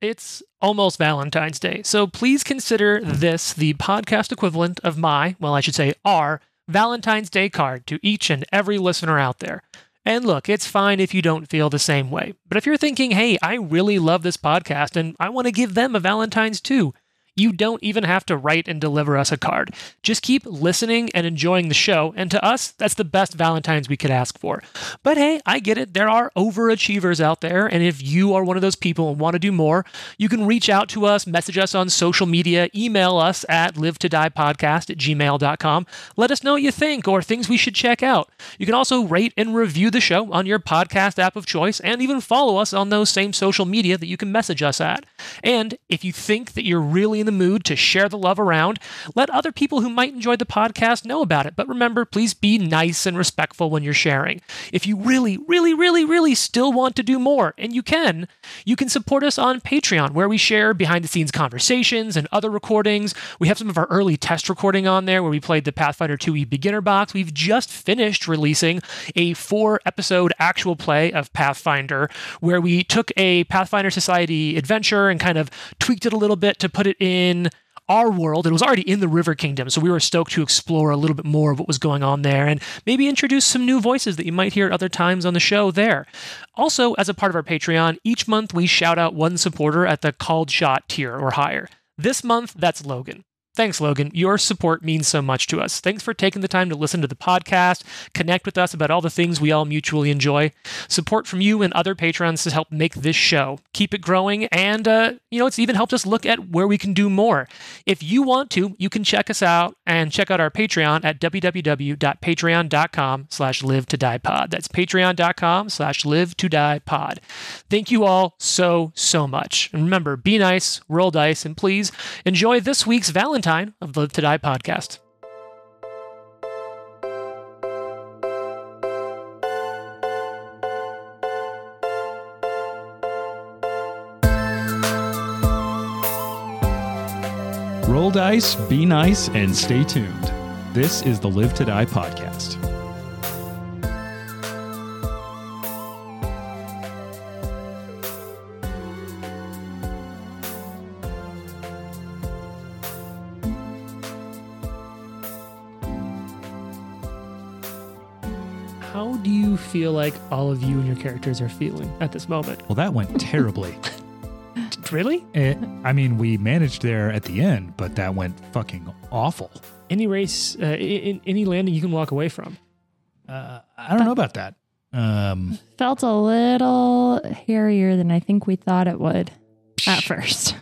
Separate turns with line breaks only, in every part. It's almost Valentine's Day, so please consider this the podcast equivalent of my, well, I should say our, Valentine's Day card to each and every listener out there. And look, it's fine if you don't feel the same way, but if you're thinking, hey, I really love this podcast and I want to give them a Valentine's too, you don't even have to write and deliver us a card. Just keep listening and enjoying the show. And to us, that's the best Valentine's we could ask for. But hey, I get it. There are overachievers out there. And if you are one of those people and want to do more, you can reach out to us, message us on social media, email us at live to die podcast at gmail.com. Let us know what you think or things we should check out. You can also rate and review the show on your podcast app of choice and even follow us on those same social media that you can message us at. And if you think that you're really in the mood to share the love around, let other people who might enjoy the podcast know about it. But remember, please be nice and respectful when you're sharing. If you really, really, really, really still want to do more, and you can, you can support us on Patreon, where we share behind the scenes conversations and other recordings. We have some of our early test recording on there where we played the Pathfinder 2e beginner box. We've just finished releasing a four episode actual play of Pathfinder, where we took a Pathfinder Society adventure and kind of tweaked it a little bit to put it in our world. It was already in the River Kingdom, so we were stoked to explore a little bit more of what was going on there and maybe introduce some new voices that you might hear at other times on the show there. Also, as a part of our Patreon, each month we shout out one supporter at the called shot tier or higher. This month, that's Logan. Thanks, Logan. Your support means so much to us. Thanks for taking the time to listen to the podcast, connect with us about all the things we all mutually enjoy. Support from you and other patrons to help make this show, keep it growing, and uh, you know it's even helped us look at where we can do more. If you want to, you can check us out and check out our Patreon at www.patreon.com/slash live to die pod. That's patreon.com/slash live to die pod. Thank you all so so much, and remember, be nice, roll dice, and please enjoy this week's Valentine. Valentine of the Live to Die podcast.
Roll dice, be nice, and stay tuned. This is the Live to Die podcast.
How do you feel like all of you and your characters are feeling at this moment?
Well, that went terribly.
Really?
Eh, I mean, we managed there at the end, but that went fucking awful.
Any race, uh, in, any landing you can walk away from.
Uh, I don't know about that. Um,
Felt a little hairier than I think we thought it would at first.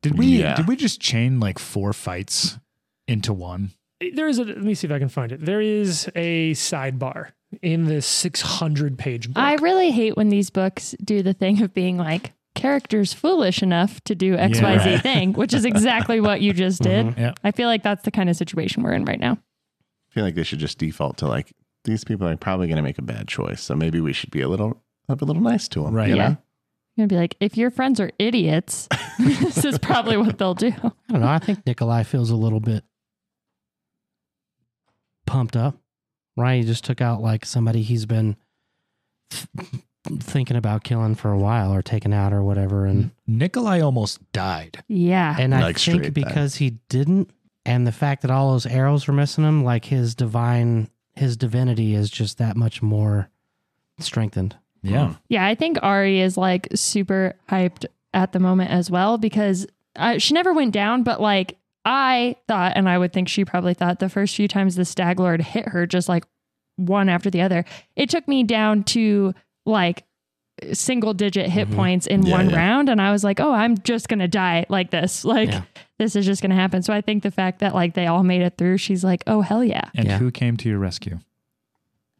did we
Yeah.
did we just chain like four fights into one?
There is a. Let me see if I can find it. There is a sidebar in this 600 page book.
I really hate when these books do the thing of being like, characters foolish enough to do XYZ
right.
thing, which is exactly what you just did.
Yeah.
I feel like that's the kind of situation we're in right now.
I feel like they should just default to like these people are probably going to make a bad choice, so maybe we should be a little a little nice to them,
Right.
You
Yeah.
know?
You're gonna be like, if your friends are idiots, this is probably what they'll do.
I don't know. I think Nikolai feels a little bit pumped up, right? He just took out like somebody he's been th- thinking about killing for a while or taking out or whatever. And
Nikolai almost died.
Yeah.
and I
Mm-hmm. Like straight
think
back.
because he didn't, and the fact that all those arrows were missing him, like his divine, his divinity is just that much more strengthened. Hmm.
Yeah.
Yeah, I think Ari is like super hyped at the moment as well because uh, she never went down, but like I thought, and I would think she probably thought the first few times the Stag Lord hit her, just like one after the other, it took me down to like single digit hit
Mhm.
points in
Yeah,
one
yeah.
round. And I was like, oh, I'm just going to die like this. Like,
Yeah.
this is just going to happen. So I think the fact that like they all made it through, she's like, oh, hell yeah.
And
Yeah.
who came to your rescue?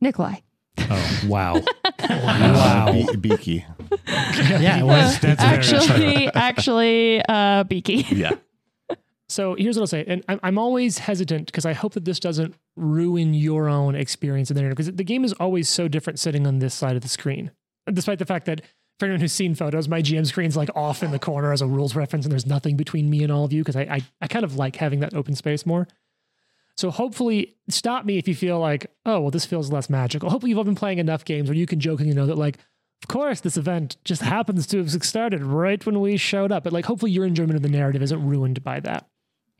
Nikolai.
Oh, wow.
Uh,
wow.
Be- beaky.
Yeah, it was.
That's very exciting.
actually, actually, uh, Beaky.
Yeah.
So here's what I'll say, and I'm, I'm always hesitant because I hope that this doesn't ruin your own experience of the narrative because the game is always so different sitting on this side of the screen, despite the fact that for anyone who's seen photos, my GM screen's like off in the corner as a rules reference, and there's nothing between me and all of you because I, I I kind of like having that open space more. So hopefully, stop me if you feel like, oh well, this feels less magical. Hopefully, you've all been playing enough games where you can jokingly know that like, of course, this event just happens to have started right when we showed up. But like, hopefully, your enjoyment of the narrative isn't ruined by that.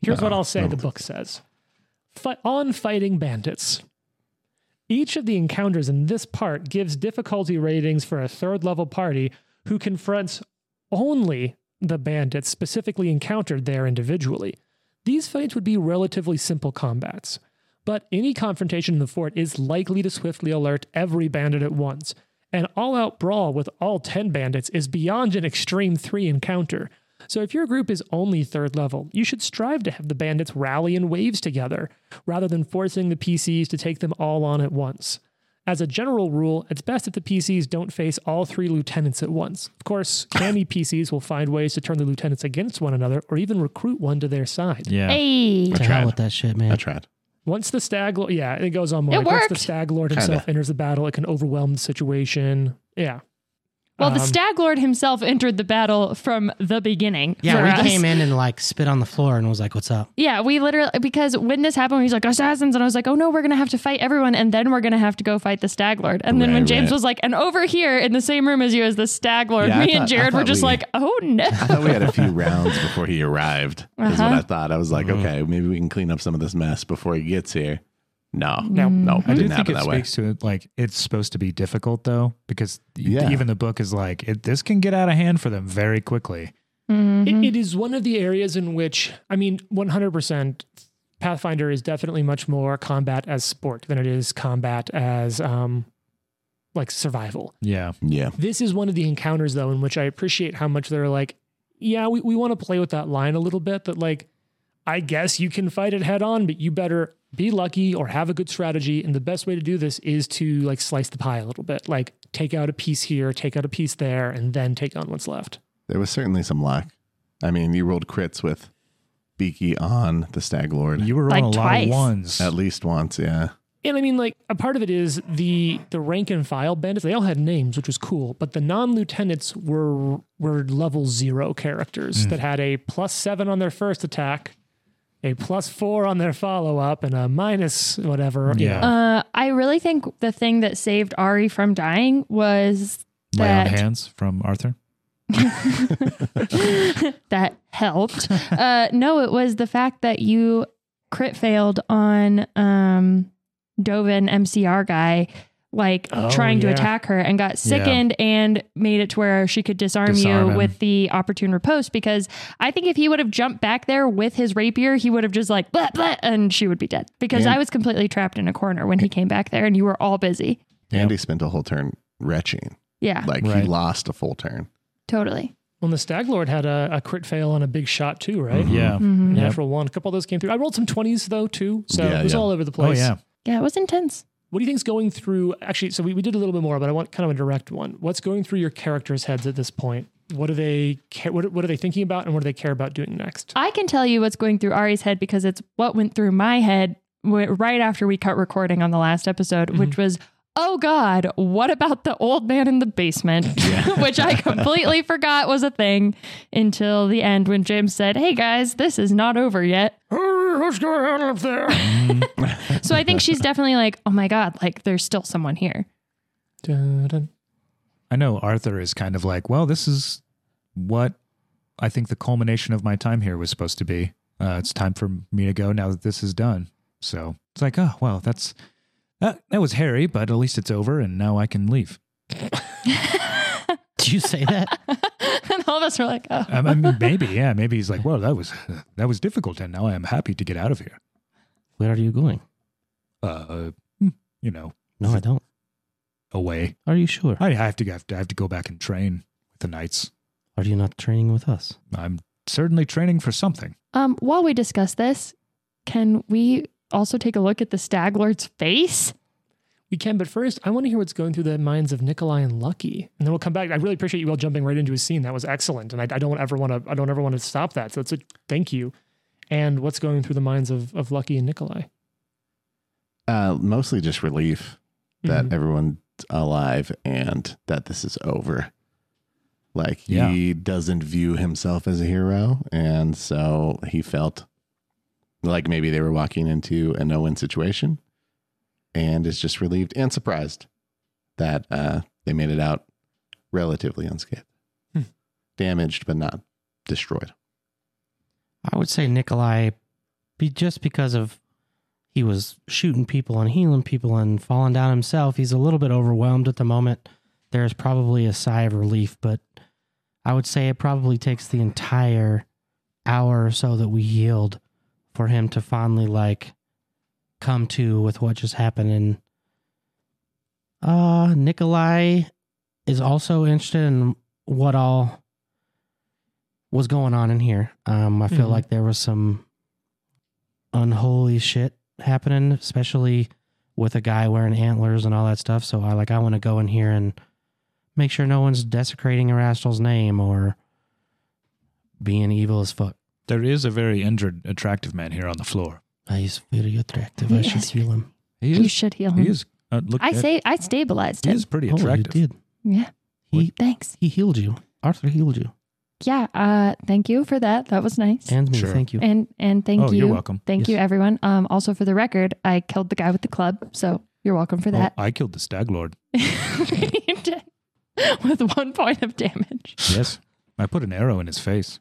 Here's what I'll say the book says Fi On fighting bandits. Each of the encounters in this part gives difficulty ratings for a third level party who confronts only the bandits specifically encountered there individually. These fights would be relatively simple combats, but any confrontation in the fort is likely to swiftly alert every bandit at once. An all out brawl with all 10 bandits is beyond an extreme 3 encounter. So, if your group is only third level, you should strive to have the bandits rally in waves together, rather than forcing the PCs to take them all on at once. As a general rule, it's best if the PCs don't face all three lieutenants at once. Of course, canny PCs will find ways to turn the lieutenants against one another or even recruit one to their side.
Yeah.
Hey.
I
To hell
tried.
with that shit, man.
I tried.
Once the stag lord, yeah, it goes on more.
It
like, Once the
worked.
stag lord himself
Kinda.
enters the battle, it can overwhelm the situation. Yeah.
Well, the
Um,
stag lord himself entered the battle from the beginning.
Yeah,
for
we
us.
came in and like spit on the floor and was like, "What's up?"
Yeah, we literally because when this happened, he's like assassins, and I was like, oh no, we're gonna have to fight everyone, and then we're gonna have to go fight the stag lord. And then when
Right,
James
right.
was like, and over here in the same room as you as the stag lord,
Yeah, I
me and
thought- I
Jared were
thought
just
we-
like, oh no.
I thought we had a few rounds before he arrived. Is what
Uh-huh.
I thought. I was like,
Mm-hmm.
okay, maybe we can clean up some of this mess before he gets here. No,
No.
Mm.
no,
I
it
do
didn't
think
happen
it
that way.
speaks to it. Like it's supposed to be difficult though, because
Yeah.
even the book is like it, this can get out of hand for them very quickly.
Mhm.
It, it is one of the areas in which, I mean, 100% Pathfinder is definitely much more combat as sport than it is combat as um, like survival.
Yeah.
Yeah,
This is one of the encounters, though, in which I appreciate how much they're like, yeah, we, we want to play with that line a little bit that, like, I guess you can fight it head on, but you better be lucky or have a good strategy. And the best way to do this is to, like, slice the pie a little bit, like, take out a piece here, take out a piece there, and then take on what's left.
there was certainly some luck. I mean, you rolled crits with Beaky on the Stag Lord
You were
Like
rolling a lot
twice.
of ones.
at least once. Yeah,
And I mean, like a part of it is the the rank and file bandits. They all had names, which was cool. But the non lieutenants were were level zero
Mm.
characters that had a plus seven on their first attack, a plus four on their follow up, and a minus whatever. you
Yeah.
know.
Uh, I really think the thing that saved Ari from dying was
My own
that-
hands from Arthur.
that helped. uh, no, it was the fact that you crit failed on um, Dovin MCR guy, like
Oh,
trying to
yeah.
attack her and got sickened and made it to where she could disarm,
Disarm
you
him.
with the opportune riposte. Because I think if he would have jumped back there with his rapier, he would have just like, blah, blah, and she would be dead. Because
And-
I was completely trapped in a corner when he came back there and you were all busy.
Andy spent a whole turn retching,
Yeah,
like
Right.
he lost a full turn.
totally.
Well, the stag lord had a, a crit fail on a big shot too, right?
Mm-hmm. Yeah. Oh,
Mhm.
Yep.
Natural one. A couple of those came through. I rolled some twenties though too, so
Yeah,
it was
yeah.
all over the
Oh
place.
yeah.
Yeah, it was intense.
What do you think's going through? Actually, so we, we did a little bit more, but I want kind of a direct one. What's going through your characters' heads at this point? What do they care? What, what are they thinking about, and what do they care about doing next?
I can tell you what's going through Ari's head because it's what went through my head w- right after we cut recording on the last episode,
Mm-hmm.
which was, oh God, what about the old man in the basement? which I completely forgot was a thing until the end when James said, hey guys, this is not over yet.
What's going on up there?
So I think she's definitely like, oh my God, like there's still someone here.
I know Arthur is kind of like, well, this is what I think the culmination of my time here was supposed to be. Uh, it's time for me to go now that this is done. So it's like, oh well, that's that, that was hairy, but at least it's over, and now I can leave.
Did you say that?
and all of us were like, oh.
I mean, maybe, yeah, maybe he's like, well, that was that was difficult, and now I am happy to get out of here.
Where are you going?
Uh, hmm, you know,
No, I don't.
away.
Are you sure?
I have to I have to, I have to go back and train with the knights.
Are you not training with us?
I'm certainly training for something.
Um, while we discuss this, can we also take a look at the stag lord's face?
we can, but first, I want to hear what's going through the minds of Nikolai and Lucky, and then we'll come back. I really appreciate you all jumping right into a scene. That was excellent, and I, I don't ever want to. I don't ever want to stop that. So it's a thank you. And what's going through the minds of, of Lucky and Nikolai?
Uh, mostly just relief that
Mhm.
everyone's alive and that this is over. Like
Yeah.
he doesn't view himself as a hero, and so he felt like maybe they were walking into a no-win situation, and is just relieved and surprised that uh, they made it out relatively unscathed,
Hmm.
damaged but not destroyed.
I would say Nikolai, be just because of he was shooting people and healing people and falling down himself, he's a little bit overwhelmed at the moment. There's probably a sigh of relief, but I would say it probably takes the entire hour or so that we healed for him to finally like come to with what just happened. And uh, Nikolai is also interested in what all was going on in here. Um, I feel
Mhm.
like there was some unholy shit happening, especially with a guy wearing antlers and all that stuff. So I like I want to go in here and make sure no one's desecrating Erastel's name or being evil as fuck.
There is a very injured, attractive man here on the floor.
Ah, He's very attractive. I
He
should
is
heal him.
He
You
is.
should heal
He
him.
is. Uh, look,
I
at-
say I stabilized
he
him.
is pretty
Oh, you
attractive.
did.
Yeah.
He
Thanks.
he healed you. Arthur healed you.
Yeah. Uh, thank you for that. That was nice.
And me.
Sure.
Thank you.
And and thank
oh,
you.
are welcome.
Thank
Yes.
you, everyone. Um, also for the record, I killed the guy with the club, so you're welcome for
Oh,
that.
I killed the stag lord.
You did. with one point of damage.
Yes, I put an arrow in his face.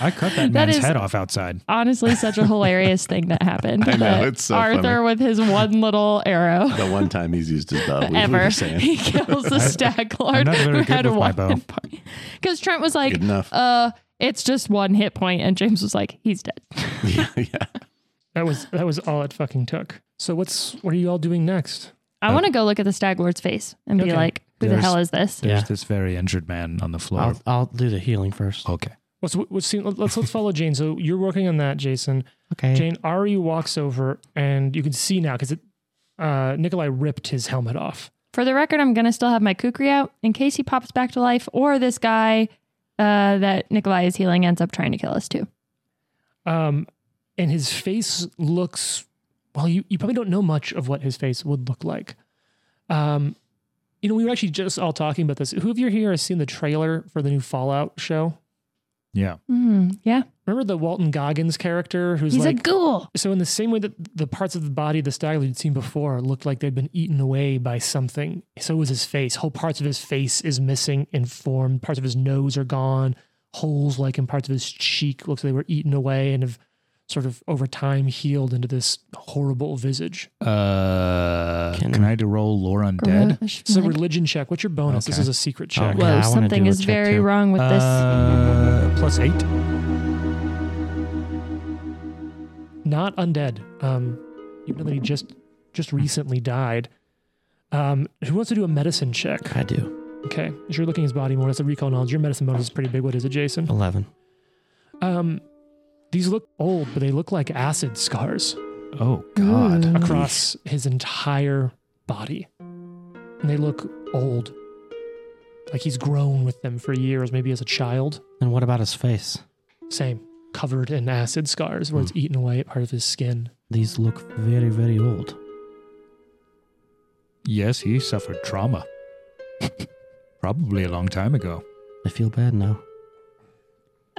I cut that
That
man's
is-
head off outside.
Honestly, such a hilarious thing that happened.
I know,
that
it's so
Arthur
funny.
with his one little arrow.
The one time he's used his bow, we- we were
ever.
saying.
He kills the stag lord.
not very
who
good
had
with my
one
bow.
Because Trent was like,
Good enough.
uh, it's just one hit point, and James was like, he's dead.
yeah, yeah.
That was that was all it fucking took. So what's what are you all doing next?
I want to go look at the stag lord's face and be
Okay.
like, who the
There's-
hell is this?
There's
Yeah.
this very injured man on the floor.
I'll I'll do the healing first.
okay.
Let's let's see, let's let's follow Jane. So you're working on that, Jason.
Okay.
Jane Ari walks over, and you can see now because uh, Nikolai ripped his helmet off.
For the record, I'm going to still have my kukri out in case he pops back to life or this guy uh, that Nikolai is healing ends up trying to kill us too.
Um, and his face looks well, you, you probably don't know much of what his face would look like. Um, you know, we were actually just all talking about this. Who of you here has seen the trailer for the new Fallout show?
Yeah.
Hmm, yeah.
Remember the Walton Goggins character who's
He's
like
a ghoul.
so in the same way that the parts of the body of the stag you'd seen before looked like they'd been eaten away by something so was his face whole parts of his face is missing and formed parts of his nose are gone holes like in parts of his cheek looks like they were eaten away and have sort of over time healed into this horrible visage
Uh,
Can-
can, I do roll lore undead?
so religion check what's your bonus this
Okay.
is a secret check
Yeah, I
Whoa,
wanna
something
do a
is
check,
very
too.
wrong with
Uh, plus eight.
not undead um even though he just just recently died um who wants to do a medicine check
I do.
okay so you're looking at his body more that's a recall knowledge your medicine bonus is pretty big what is it jason
Eleven.
Um, these look old, but they look like acid scars
Oh
Hmm.
God.
Ooh.
across his entire body. And they look old. Like he's grown with them for years, maybe as a child.
And what about his face?
Same. Covered in acid scars where it's eaten away at part of his skin.
These look very very old.
Yes, he suffered trauma. Probably a long time ago.
I feel bad now.
this.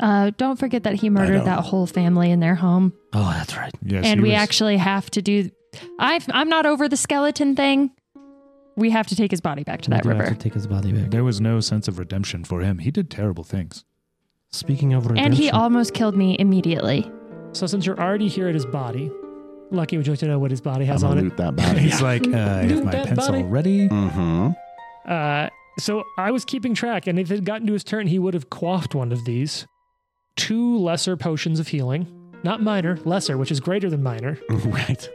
Uh, don't forget that he
know.
murdered that whole family in their home.
Oh, that's right.
Yes.
and
he
we
was-
actually have to do. I've, I'm not over the skeleton thing. We have to take his body back to
We
that
do have
river.
to take his body back.
There was no sense of redemption for him. He did terrible things.
Speaking of redemption,
And he almost killed me immediately.
So since you're already here at his body, Lucky, would you like to know what his body
I'm
has
gonna
on
loot that body.
He's like, uh, I
Loot
have my
that
pencil
body.
ready.
mm-hmm.
it? Uh, so I was keeping track, and if it had gotten to his turn, he would have quaffed one of these. Two lesser potions of healing. Not minor, lesser, which is greater than minor.
right.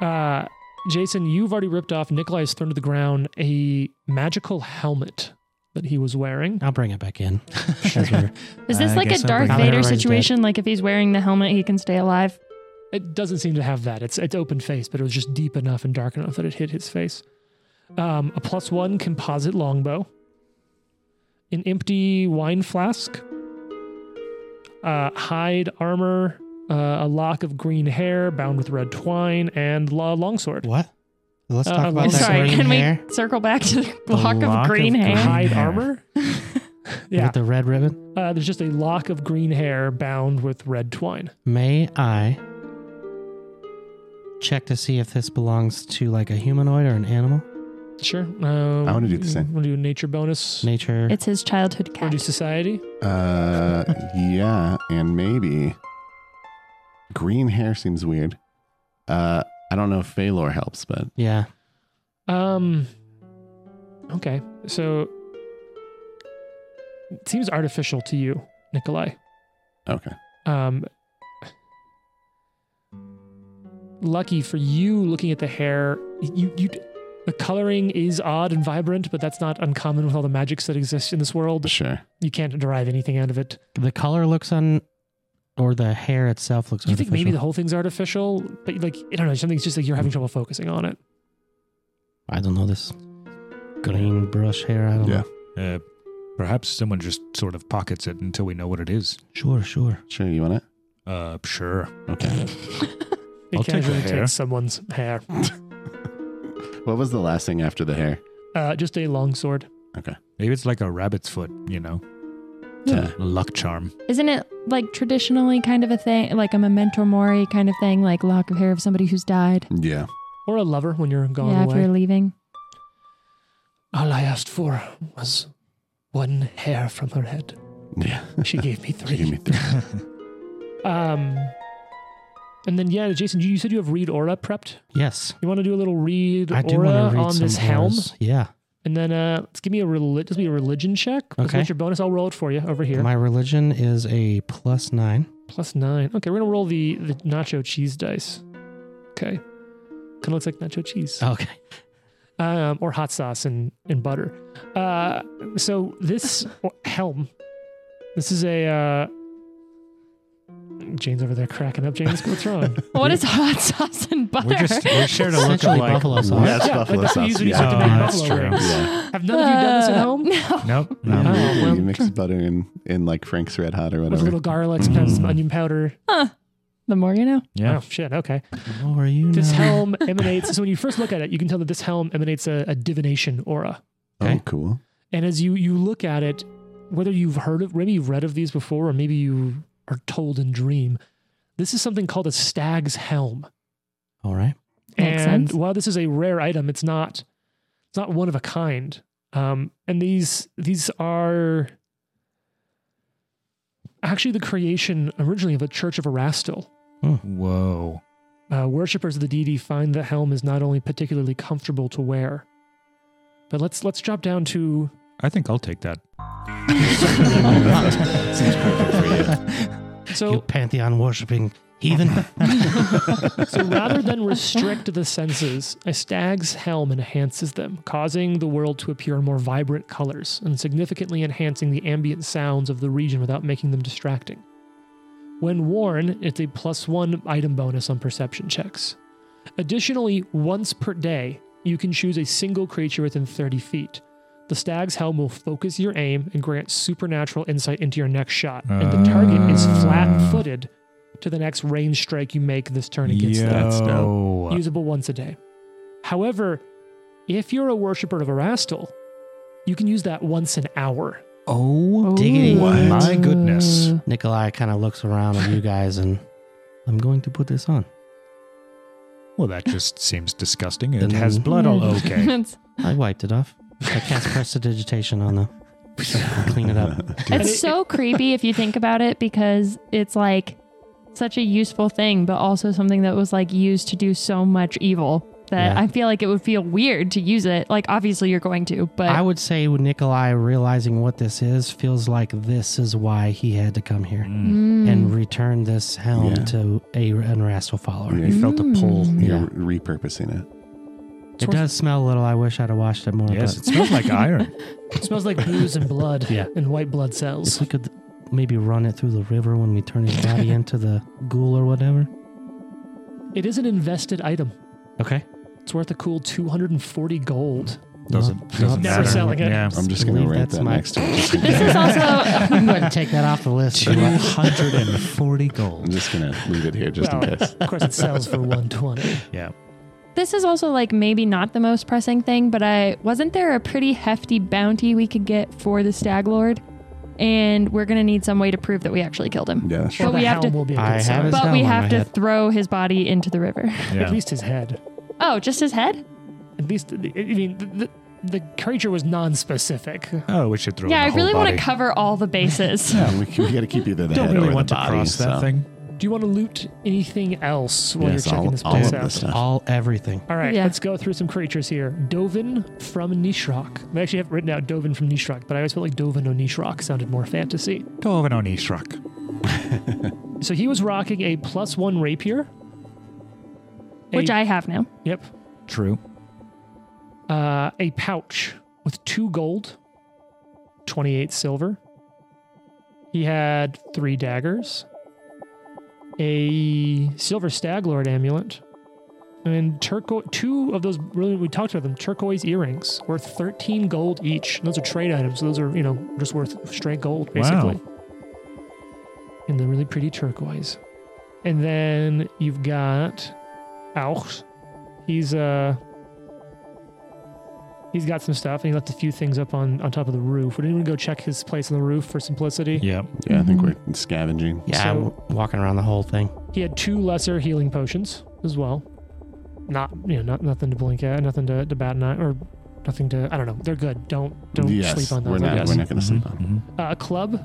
Uh, Jason, you've already ripped off Nikolai's thrown to the ground a magical helmet that he was wearing.
I'll bring it back in. As we were-
Is this
I
like a
guess I'll
Darth
bring
Vader
it. Everybody's dead.
situation? Like if he's wearing the helmet, he can stay alive?
It doesn't seem to have that. It's it's open face, but it was just deep enough and dark enough that it hit his face. Um, a plus one composite longbow, an empty wine flask, uh, hide armor, uh, a lock of green hair bound with red twine, and la- longsword.
what? Let's
Uh, I'm
talk
Oh,
about that
Sorry,
green
can
hair
we circle back to the block
lock
of
of
green
green
hair?
Hide
hair.
armor. yeah,
with the red ribbon.
Uh, there's just a lock of green hair bound with red twine.
May I check to see if this belongs to like a humanoid or an animal?
Sure. Um,
I wanna do the same.
Want to do a nature bonus?
Nature.
It's his childhood
Or
cat.
do society?
Uh, yeah, and maybe green hair seems weird. Uh, I don't know if Phalor helps, but
yeah.
Um. Okay. So it seems artificial to you, Nikolai.
okay.
Um. Lucky for you, looking at the hair, you you. The coloring is odd and vibrant, but that's not uncommon with all the magics that exist in this world.
Sure.
You can't derive anything out of it.
The color looks on, or the hair itself looks.
Do you think maybe the
artificial.
whole thing's artificial? But like, I don't know. Something's just like you're having trouble focusing on it.
I don't know this green brush hair. I don't
Yeah.
know.
Uh, perhaps someone just sort of pockets it until we know what it is.
Sure, sure.
Sure. You want it?
Uh, sure.
Okay.
It
I'll take the
casually
hair.
takes someone's hair.
what was the last thing after the hair?
Uh, just a long sword.
Maybe it's like a rabbit's foot, you know?
Yeah.
A luck charm.
Isn't it like traditionally kind of a thing, like a memento mori kind of thing, like lock of hair of somebody who's died?
Yeah.
Or a lover when you're gone
yeah, if
away.
you're leaving.
All I asked for was one hair from her head.
Yeah.
She gave me
Give
three.
me three.
um, and then yeah, Jason, you you said you have read aura prepped.
Yes.
You want to do a little read
I do
aura
want to read
on
some
this helm,
auras. Yeah.
and then uh, let's give me a reli- just be a religion check. Let's
Okay.
get your bonus. I'll roll it for you over here.
My religion is a plus nine.
Plus nine. Okay, we're gonna roll the the nacho cheese dice. Okay, kind of looks like nacho cheese.
Okay.
um, or hot sauce and, and butter. Uh, so this helm, this is a. Uh, Jane's over there cracking up. Jane's, what's wrong?
What is hot sauce and butter?
We just we shared a look of
Essentially
like.
buffalo sauce.
That's
Yeah,
buffalo
that's what you
sauce.
usually
Yeah.
Oh,
to make
that's
buffalo
true.
wings.
yeah.
Have none of you done this at
Uh,
home?
No.
Nope.
You,
No.
Oh, well-
you mix butter in, in like Frank's Red Hot or
With a
whatever.
little garlic,
Mm-hmm.
sometimes some
Mm.
onion powder.
The more you know.
Yeah.
Oh, shit. Okay.
Oh, are you?
This
now?
helm emanates. So when you first look at it, you can tell that this helm emanates a, a divination aura.
Oh, cool.
And as you you look at it, whether you've heard of, maybe you've read of these before, or maybe you are told in dream, this is something called a stag's helm.
All right.
Makes
and
sense.
while this is a rare item, it's not it's not one of a kind. Um, and these these are actually the creation originally of a church of Erastil.
Hmm. Whoa.
Uh, worshippers of the deity find the helm is not only particularly comfortable to wear, but let's let's drop down to
I think I'll take that.
Seems perfect for you.
so
you pantheon worshipping heathen.
So rather than restrict the senses, a stag's helm enhances them, causing the world to appear in more vibrant colors and significantly enhancing the ambient sounds of the region without making them distracting. When worn, it's a plus one item bonus on perception checks. Additionally, once per day, you can choose a single creature within 30 feet. The stag's helm will focus your aim and grant supernatural insight into your next shot, and the target is flat footed to the next range strike you make this turn against them
that stuff.
Yo.
usable once a day. However, if you're a worshiper of Erastil, you can use that once an hour.
Oh,
Diggity.
What? My goodness.
Ooh.
Nikolai kind of looks around at you guys and I'm going to put this on.
well, that just seems disgusting. It
Then-
has blood all okay.
It's-
I wiped it off. I cast prestidigitation on the clean it up.
It's so creepy if you think about it because it's like such a useful thing, but also something that was like used to do so much evil that
Yeah.
I feel like it would feel weird to use it. Like obviously you're going to, but
I would say with Nikolai realizing what this is feels like this is why he had to come here
Mm.
Mm.
and return this helm
Yeah.
to a an Rastal follower.
Yeah.
You felt a pull.
Mm.
You're repurposing it.
It does smell a little. I wish I'd have washed it more.
Yes, it
but
smells like iron.
It smells like booze and blood
Yeah.
and white blood
if
cells.
we could maybe run it through the river when we turn his body into the ghoul or whatever.
It is an invested item.
Okay.
It's worth a cool 240 gold.
Doesn't,
Never
doesn't matter.
selling it.
Yeah.
I'm just going
Believe
to write
that's
that
my-
next to it.
this is also
I'm going to take that off the list.
240
I'm
gold.
just going to leave it here just
Well,
in case.
Of course, it sells for 120.
Yeah.
this is also like maybe not the most pressing thing, but I wasn't there a pretty hefty bounty we could get for the stag lord, and we're gonna need some way to prove that we actually killed him.
Yeah,
Or
sure.
But
the
we have to-
helm will be a good
I have
size.
his-
But
down
we
on my
have to
head.
throw his body into the river.
At least his head.
Oh, just his head?
And At least, I mean, the, the, the creature was non-specific.
Oh, we should throw.
yeah,
in
I
the whole
really want
body.
to cover all the bases.
Yeah, we, can, we gotta keep either the
Don't
head
really
or
want
the
to
body.
cross that
so-
thing.
Do you want to loot anything else while
Yes,
you're checking
all,
this
all of
place
the
out?
stuff.
All everything.
All right,
Yeah.
let's go through some creatures here. Dovin from Nishrok. I actually have written out Dovin from Nishrok, but I always felt like Dovin on Nishrok sounded more fantasy.
Dovin on Ishrak.
So he was rocking a plus one rapier. A-
which I have now.
Yep.
True.
Uh, a pouch with two gold, 28 silver. He had three daggers, a silver stag lord amulet, and turquo- two of those, really, we talked about them, turquoise earrings worth 13 gold each. And those are trade items. So those are, you know, just worth straight gold, basically. And they're really pretty turquoise. And then you've got Auch. He's, uh, He's got some stuff, and he left a few things up on, on top of the roof. Would anyone go check his place on the roof for simplicity?
Yeah.
Yeah, I think we're scavenging.
Yeah, I'm
So-
walking around the whole thing.
He had two lesser healing potions as well. Not you know, not nothing to blink at, nothing to, to bat an eye, or nothing to I don't know. They're good. Don't don't
yes,
sleep on those.
We're
I
not,
guess.
we're not gonna sleep on.
Mhm,
Uh, a club,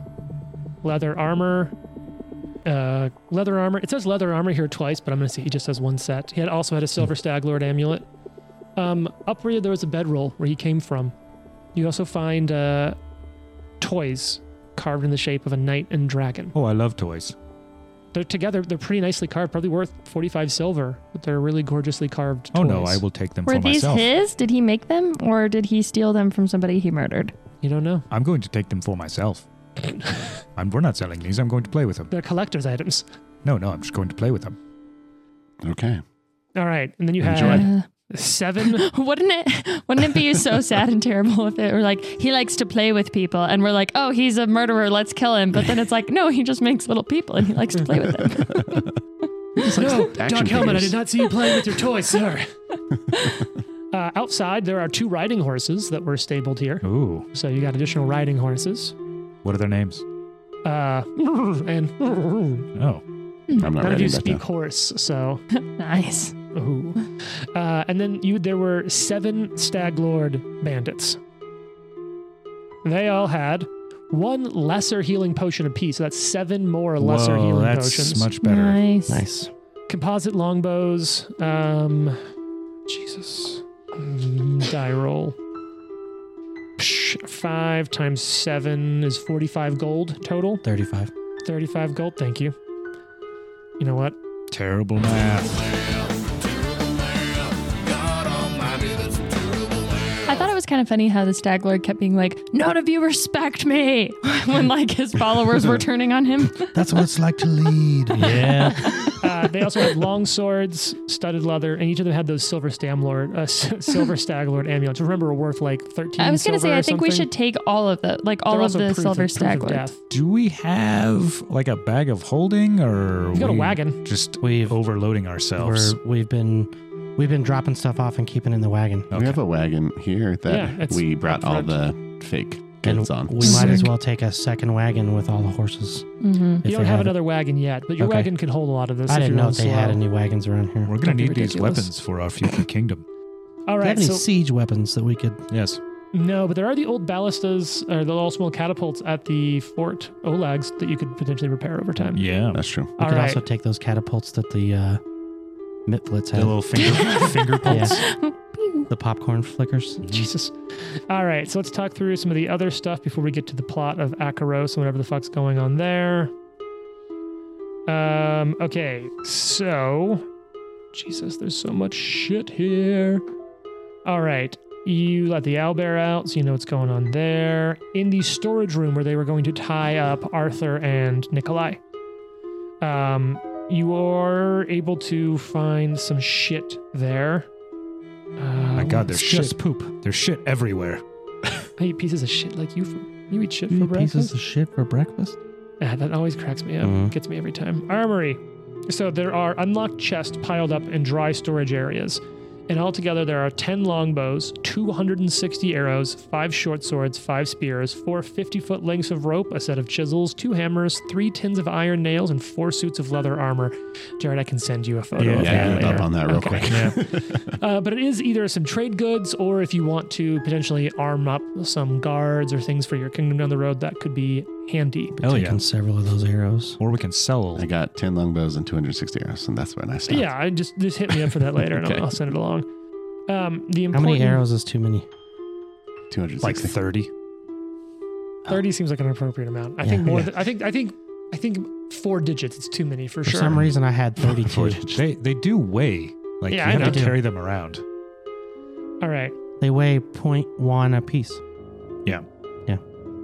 leather armor, uh, leather armor. It says leather armor here twice, but I'm gonna say he just has one set. He had also
Hmm.
had a silver stag lord amulet. Um, up where there was a bedroll where he came from. You also find uh, toys carved in the shape of a knight and dragon.
Oh, I love toys.
They're together. They're pretty nicely carved. Probably worth 45 silver, but they're really gorgeously carved.
Oh no,
toys.
I will take them
Were
for
these
myself.
his? Did he make them, or did he steal them from somebody he murdered?
You don't know.
I'm going to take them for myself. I'm, we're not selling these. I'm going to play with them.
They're collector's items.
No, no, I'm just going to play with them.
Okay.
All right, and then you have
Enjoy.
seven
Uh, wouldn't it? Wouldn't it be so sad and terrible if it were like he likes to play with people, and we're like, oh, he's a murderer, let's kill him. But then it's like, no, he just makes little people, and he likes to play with them.
No, Doc
action
Hellman, I
figures.
did not see you playing with your toys, sir. uh, outside, there are two riding horses that were stabled here.
Ooh,
So you got additional riding horses.
what are their names?
Uh, and none
Oh,
I'm not
of
ready
you
that
speak
down.
horse, so.
nice.
Ooh. Uh, and then you, there were seven Stag Lord bandits. They all had one lesser healing potion apiece. So that's seven more lesser
Whoa,
healing
that's
potions.
much better.
Nice.
Nice.
composite longbows. Um, Jesus, Mm, die roll. Psh, Five times seven is forty-five gold total.
35.
Thirty-five gold. Thank you. You know what?
Terrible math.
I thought it was kind of funny how the stag lord kept being like, "None of you respect me," when like his followers were turning on him.
That's what it's like to lead. yeah.
Uh, they also had long swords, studded leather, and each of them had those silver stam lord, uh, s- silver stag lord amulets. Remember, are worth like thirteen.
I was gonna say,
silver or
I think we
something.
should take all of the like
They're
all of
also
the
proof
silver
proof
stag lords.
death.
Do we have like a bag of holding, or
We've got a
we
wagon.
Just
We've
overloading
we're,
ourselves.
we've been we've been dropping stuff off and keeping it in the wagon.
Okay.
We have a wagon here
Yeah,
that
it's
we brought all
front.
the fake
And
goods on.
we might as
Sick.
well take a second wagon with all the horses.
Mm-hmm.
if
You
they
don't have
it.
another wagon yet, but your
Okay.
wagon can hold a lot of this.
I
if
didn't
you're
know
on
if they had
Slough.
any wagons around here.
We're gonna
Don't be
need these
ridiculous.
weapons for our future kingdom.
All
Do you
right,
have any
so
siege weapons that we could?
Yes.
No, but there are the old ballistas or the little small catapults at the fort Olags that you could potentially repair over time.
Yeah.
That's true.
We
All
could
right.
also take those catapults that the uh, mitflits
The
had.
little finger finger pulse.
The popcorn flickers.
Jesus. All right, so let's talk through some of the other stuff before we get to the plot of Akaros and whatever the fuck's going on there. Um, okay, so Jesus, there's so much shit here. All right. You let the owlbear out, so you know what's going on there. In the storage room where they were going to tie up Arthur and Nikolai. Um, you are able to find some shit there. Uh,
My God,
it's
there's shit. poop. There's shit everywhere.
I eat pieces of shit like you. For, you eat shit
You
for
eat Mm-hmm. pieces
breakfast.
of shit for breakfast.
Ah, that always cracks me up.
Mhm.
Gets me every time. Armory. So there are unlocked chests piled up in dry storage areas. And altogether, there are 10 longbows, 260 arrows, 5 short swords, 5 spears, 4 50 foot lengths of rope, a set of chisels, 2 hammers, 3 tins of iron nails, and 4 suits of leather armor. Jared, I can send you a photo
Yeah,
of
Yeah, I
that
gave up
later.
on that real
Okay.
quick.
Yeah.
Uh, but it is either some trade goods or if you want to potentially arm up some guards or things for your kingdom down the road, that could be handy.
Been
Hell yeah.
taking several of those arrows.
Or we can sell.
I got 10 longbows and 260 arrows, and that's when I stopped.
Yeah, I just just hit me up for that later, and
Okay.
I'll, I'll send it along. Um, the
How
important
many arrows is too many?
260.
Like 30.
thirty seems like an appropriate amount. I
Yeah.
think more.
Yeah.
Than, I think I think I think four digits. It's too many for,
For
sure.
some reason, I had 32.
They, they do weigh. Like,
Yeah, I
you
know.
have to
They do.
carry them around.
All right,
they weigh 0.1 a piece.
Yeah.
Yeah.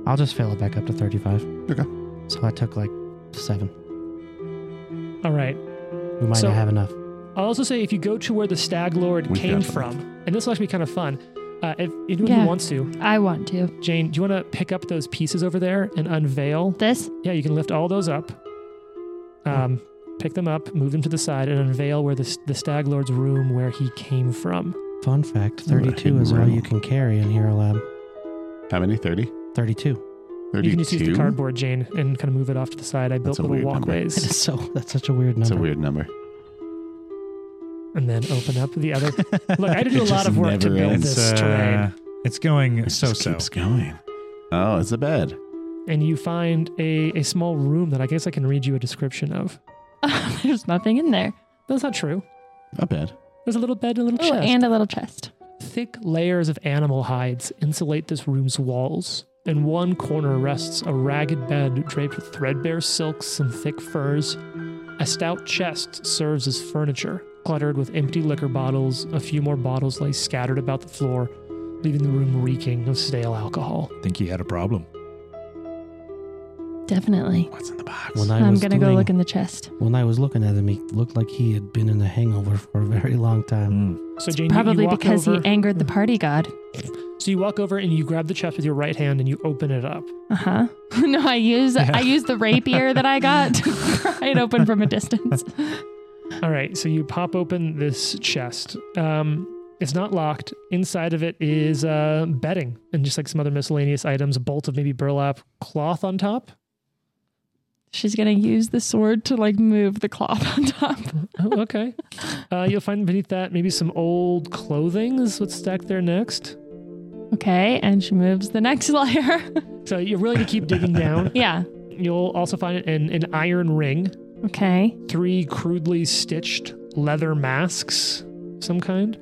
I'll just fill it back up to 35.
Okay.
So I took like seven.
all right.
We might
So-
not have enough.
I'll also say if you go to where the stag lord
We've
came
got them.
from, and this will actually be kind of fun. Uh, if anyone
Yeah.
who wants to,
I want to.
Jane, do you want to pick up those pieces over there and unveil?
This?
Yeah, you can lift all those up. Um, pick them up, move them to the side, and unveil where the the stag lord's room where he came from.
Fun fact
Ooh, a
32
hidden
is all
room.
you can carry in Hero Lab.
How many? 30?
32.
You can just use the
32?
cardboard, Jane, and kind of move it off to the side. I built
That's a
little
weird number.
That
walkways
is so, that's such a weird
That's
number.
a weird number.
and then open up the other. Look, I did
It
a lot
just
of work to
never
build
ends. Uh,
this terrain.
uh, it's going
It
so
just
so.
keeps going. Oh, it's a bed.
And you find a, a small room that I guess I can read you a description of.
There's nothing in there.
That's not true.
A bed.
There's a little bed and a little
Oh,
chest.
and a little chest.
Thick layers of animal hides insulate this room's walls. In one corner rests a ragged bed draped with threadbare silks and thick furs. A stout chest serves as furniture, cluttered with empty liquor bottles. A few more bottles lay scattered about the floor, leaving the room reeking of stale alcohol.
think he had a problem.
Definitely.
What's in the box?
When I
I'm
was
going to go
doing-
look in the chest.
When I was looking at him, he looked like he had been in a hangover for a very long time.
Hmm.
So Jane, you-
Probably
you walk
because
over,
he angered the party god.
so you walk over and you grab the chest with your right hand and you open it up.
Uh huh. no, I use I use the rapier that I got to pry it open from a distance.
All right, so you pop open this chest. Um, it's not locked. Inside of it is uh, bedding and just like some other miscellaneous items, a bolt of maybe burlap, cloth on top.
She's gonna use the sword to like move the cloth on top.
Oh, okay. uh, you'll find beneath that maybe some old clothing is what's stacked there next.
Okay, and she moves the next layer.
So you really need to keep digging down.
yeah.
You'll also find an, an iron ring,
Okay.
three crudely stitched leather masks, some kind.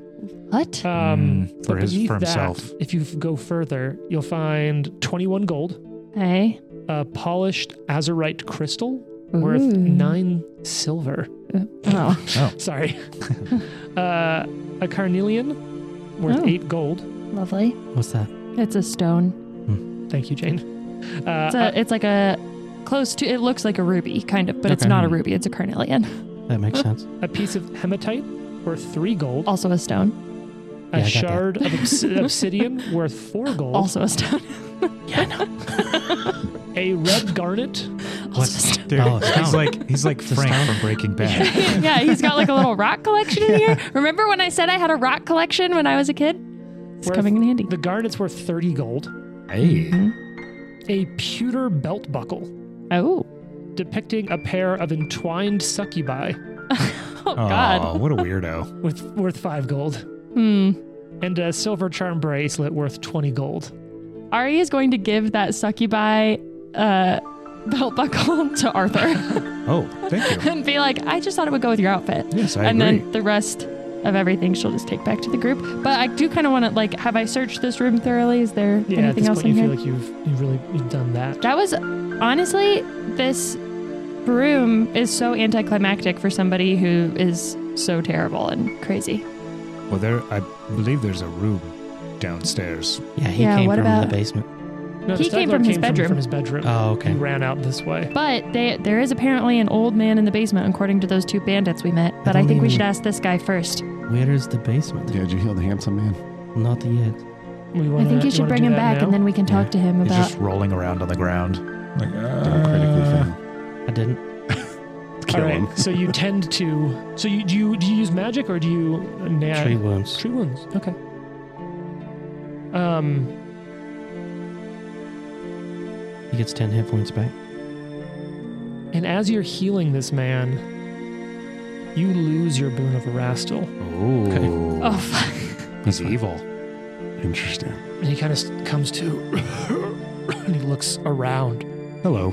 What?
Um,
Mm,
but
for his-
beneath
for
that,
himself.
if you go further, you'll find 21 gold.
Hey.
a polished azurite crystal worth
Ooh.
nine silver.
Oh.
Sorry. uh, a carnelian worth
Oh.
eight gold.
Lovely.
Mm.
What's that?
It's a stone.
Thank you, Jane. Uh,
It's a, it's like a close to it looks like a ruby, kind of, but it's
Okay.
not a ruby, it's a carnelian.
That makes sense.
a, a piece of hematite worth three gold.
Also a stone.
a
Yeah, I got that.
shard of obs- obsidian worth four gold.
Also a stone.
A red garnet.
Also a stone.
Dude,
Oh, it's
he's
down.
like he's like Frank from Breaking Bad.
yeah, he's got like a little rock collection in here. Remember when I said I had a rock collection when I was a kid? It's
worth-
coming in handy.
The garnet's worth 30 gold.
Hey,
A pewter belt buckle
Oh.
depicting a pair of entwined succubi
Aw,
Oh god.
what a weirdo.
with worth five gold.
Hmm.
And a silver charm bracelet worth 20 gold.
Ari is going to give that succubi uh, belt buckle to Arthur
Oh, thank you.
and be like, I just thought it would go with your outfit.
Yes, I
and
agree.
then the rest of everything she'll just take back to the group. But I do kind of want to, like, have I searched this room thoroughly? Is there
Yeah, at
anything
this
else
point,
in
you feel
here?
like you've you've really you've done that.
that was honestly, this room is so anticlimactic for somebody who is so terrible and crazy.
Well, there I believe there's a room downstairs.
Yeah, he
Yeah,
came
what
from
about-
the basement.
No,
He
the
came
Stagler
from his bedroom.
From his bedroom.
Oh, okay.
and ran out this way.
But they, there is apparently an old man in the basement, according to those two bandits we met. But I,
don't
think we
even-
should ask this guy first.
Where is the basement?
Yeah, did you heal the handsome man?
Not yet.
We
I think you should bring him back, and then we can talk
Yeah.
to him
He's
about.
Uh,
just rolling around on the ground. Like,
Don't critically fail.
I didn't.
kill
All right.
him.
So you tend to. So you do you do you use magic or do you? Nah,
Tree wounds.
Tree wounds. Okay. Um.
He gets 10 hit points back.
And as you're healing this man, you lose your boon of Erastil.
Ooh.
Oh, fuck.
He's evil.
Interesting.
And he kind of comes to, and he looks around.
Hello.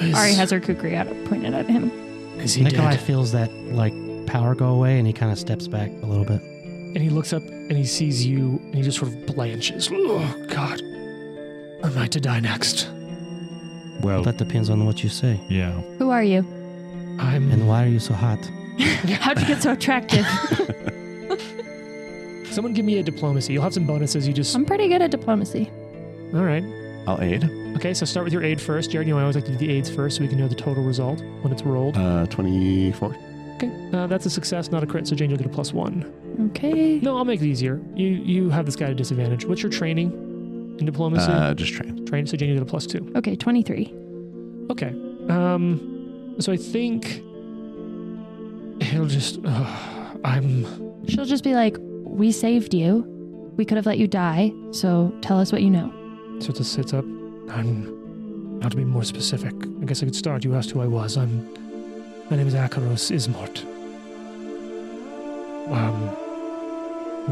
Is,
Ari has her kukriata pointed at him.
is he
Nikolai
dead?
feels that like power go away and he kind of steps back a little bit.
And he looks up and he sees you, and he just sort of blanches. Oh God, am I to die next?
Oh.
Well,
That depends on what you say.
yeah.
Who are you?
I'm.
And why are you so hot?
How'd you get so attractive?
Someone give me a diplomacy. You'll have some bonuses. You just.
I'm pretty good at diplomacy.
All right.
I'll aid.
Okay, so start with your aid first. Jared, you know I always like to do the aids first so we can know the total result when it's rolled.
Uh, 24.
okay, uh, that's a success, not a crit, so Jane, you'll get a plus one.
Okay.
No, I'll make it easier. You you have this guy at a disadvantage. What's your training in diplomacy?
Uh, just train.
Train, so Jane, you get a plus two.
Okay, 23.
Okay. Um, so I think he'll just. Uh, I'm.
She'll just be like, We saved you. We could have let you die. So tell us what you know.
So to sit up. I'm. Now to be more specific, I guess I could start. You asked who I was. I'm. My name is Akaros Ismort. Um.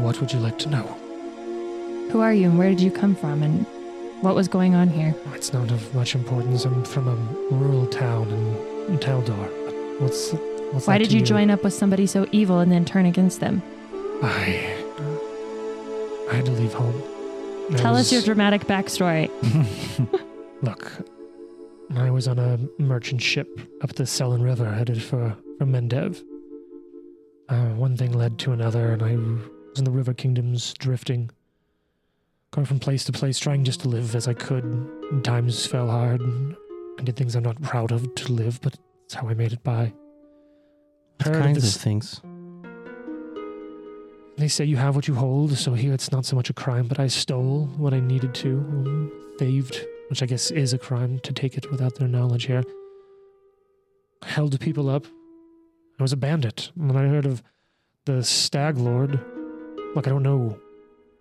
What would you like to know?
Who are you and where did you come from and what was going on here?
It's not of much importance. I'm from a rural town in, in Teldor. What's what's
Why
that
did
to
you join up with somebody so evil and then turn against them?
I I had to leave home. I
Tell
was-
us your dramatic backstory.
look. I was on a merchant ship up the Selin River, headed for for Mendev. Uh, one thing led to another, and I was in the River Kingdoms, drifting, going from place to place, trying just to live as I could. Times fell hard. And I did things I'm not proud of to live, but it's how I made it by.
What
Heard of
kinds
this-
of things?
They say you have what you hold, so here it's not so much a crime, but I stole what I needed to, um, thieved, which I guess is a crime to take it without their knowledge here. Held people up. I was a bandit. When I heard of the Stag Lord, look, I don't know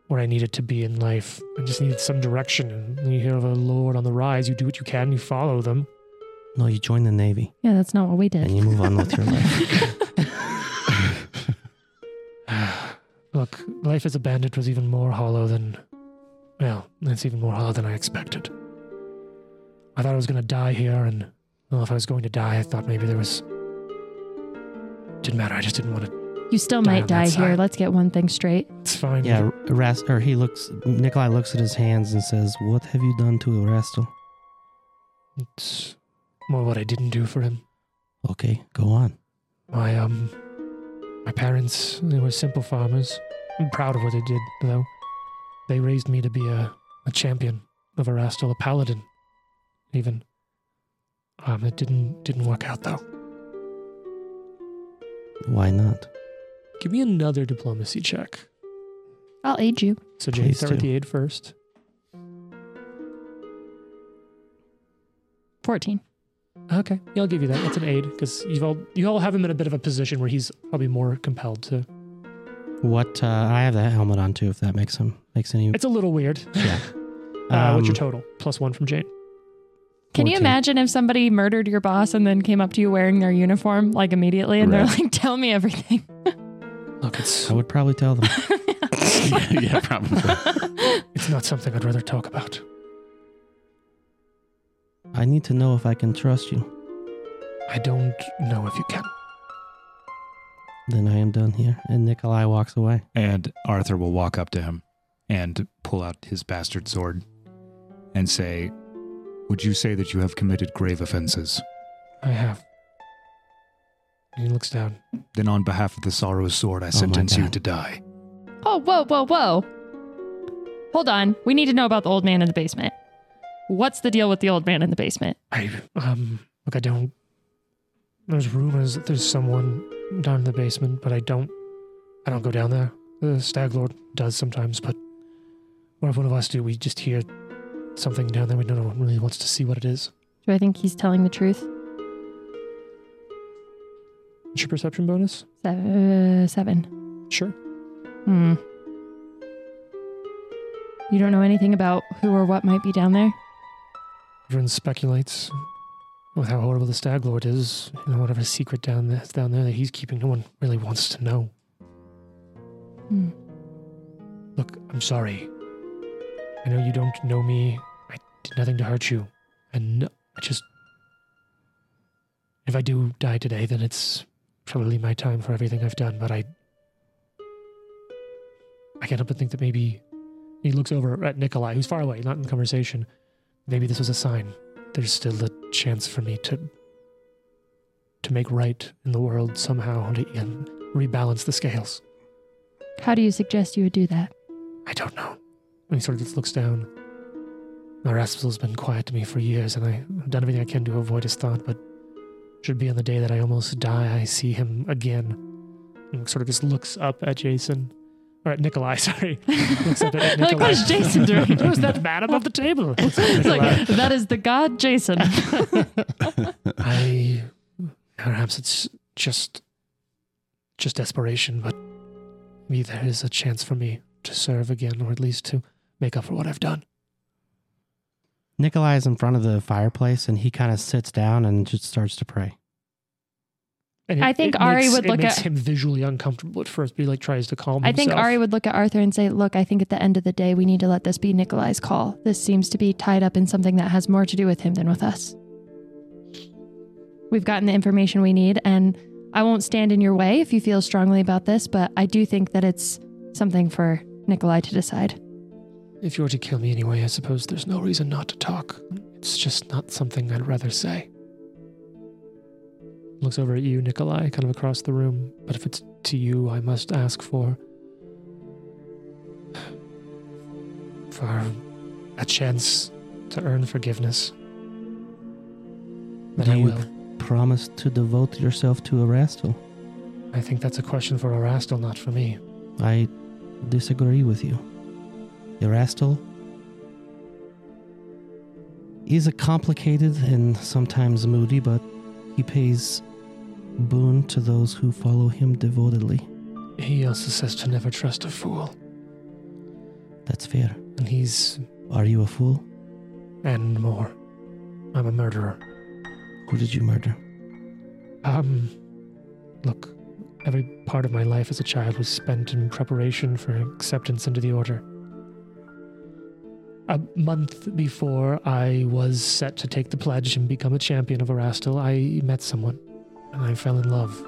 where I needed to be in life. I just needed some direction. And when you hear of a lord on the rise, you do what you can, you follow them.
No, you join the Navy
Yeah, that's not what we
and
did.
you move on with your life.
Look, life as a bandit was even more hollow than. Well, it's even more hollow than I expected. I thought I was going to die here, and. Well, if I was going to die, I thought maybe there was. Didn't matter, I just didn't want to.
You still
Die
might
on that
die here.
side.
Let's get one thing straight.
It's fine.
Yeah, Erast- or he looks, Nikolai looks at his hands and says, What have you done to Erastil?
It's more what I didn't do for him.
Okay, go on.
My, um. My parents, they were simple farmers. I'm proud of what they did, though. They raised me to be a, a champion of Erastil, a paladin, even. Um, it didn't didn't work out though.
Why not?
Give me another diplomacy check.
I'll aid you.
So Jane,
Please
start with
do.
the aid first.
14.
Okay, yeah, I'll give you that. That's an aid because you've all you all have him in a bit of a position where he's probably more compelled to.
What, uh, I have that helmet on too, if that makes him, makes any.
It's a little weird.
Yeah.
Uh, what's your
Um,
total? Plus one from Jane.
Can you
14.
imagine if somebody murdered your boss and then came up to you wearing their uniform like immediately and
Right.
they're like, tell me everything?
Look, it's
I would probably tell them.
yeah, probably.
it's not something I'd rather talk about.
I need to know if I can trust you.
I don't know if you can.
Then I am done here. And Nikolai walks away.
And Arthur will walk up to him and pull out his bastard sword and say, Would you say that you have committed grave offenses?
I have. And he looks down.
Then, on behalf of the Sorrow's Sword, I
Oh, my
sentence you
God.
to die.
Oh, whoa, whoa, whoa. Hold on. We need to know about the old man in the basement. What's the deal with the old man in the basement?
I um look, I don't. There's rumors that there's someone down in the basement, but I don't. I don't go down there. The Stag Lord does sometimes, but what if one of us do? We just hear something down there. We don't know. Really wants to see what it is.
Do I think he's telling the truth?
What's your perception bonus?
Seven. Uh, seven.
Sure.
Hmm. You don't know anything about who or what might be down there?
Everyone speculates with how horrible the Stag Lord is and whatever secret down there, down there that he's keeping. No one really wants to know.
Hmm.
Look, I'm sorry. I know you don't know me. I did nothing to hurt you. And no- I just. If I do die today, then it's probably my time for everything I've done, but I. I can't help but think that maybe. He looks over at Nikolai, who's far away, not in the conversation. Maybe this was a sign. There's still a chance for me to. to make right in the world somehow and- and rebalance the scales.
How do you suggest you would do that?
I don't know. And he sort of just looks down. My rascal's been quiet to me for years, and I've done everything I can to avoid his thought, but should be on the day that I almost die, I see him again. And sort of just looks up at Jason. Or at Nikolai, sorry. Looks up at
like,
Nikolai.
what is Jason doing?
Who's that man above the table? Looks at
It's
Nikolai.
like, that is the god Jason.
I perhaps it's just just desperation, but maybe there is a chance for me to serve again, or at least to make up for what I've done.
Nikolai is in front of the fireplace and he kind of sits down and just starts to pray.
And
I think Ari
makes-
would
it
look
makes
at-
him visually uncomfortable at first, but he like tries to calm
I
himself.
think Ari would look at Arthur and say, Look, I think at the end of the day, we need to let this be Nikolai's call. This seems to be tied up in something that has more to do with him than with us. We've gotten the information we need, and I won't stand in your way if you feel strongly about this, but I do think that it's something for Nikolai to decide.
If you were to kill me anyway, I suppose there's no reason not to talk. It's just not something I'd rather say. Looks over at you, Nikolai, kind of across the room. But if it's to you, I must ask for. for a chance to earn forgiveness. Then
Do
I
you
will.
promise to devote yourself to Erastil?
I think that's a question for Erastil, not for me.
I disagree with you. Erastil is a complicated and sometimes moody, but he pays boon to those who follow him devotedly.
He also says to never trust a fool.
That's fair.
And he's.
Are you a fool?
and more. I'm a murderer.
Who did you murder?
Um, look, every part of my life as a child was spent in preparation for acceptance into the order. A month before I was set to take the pledge and become a champion of Erastil, I met someone and I fell in love.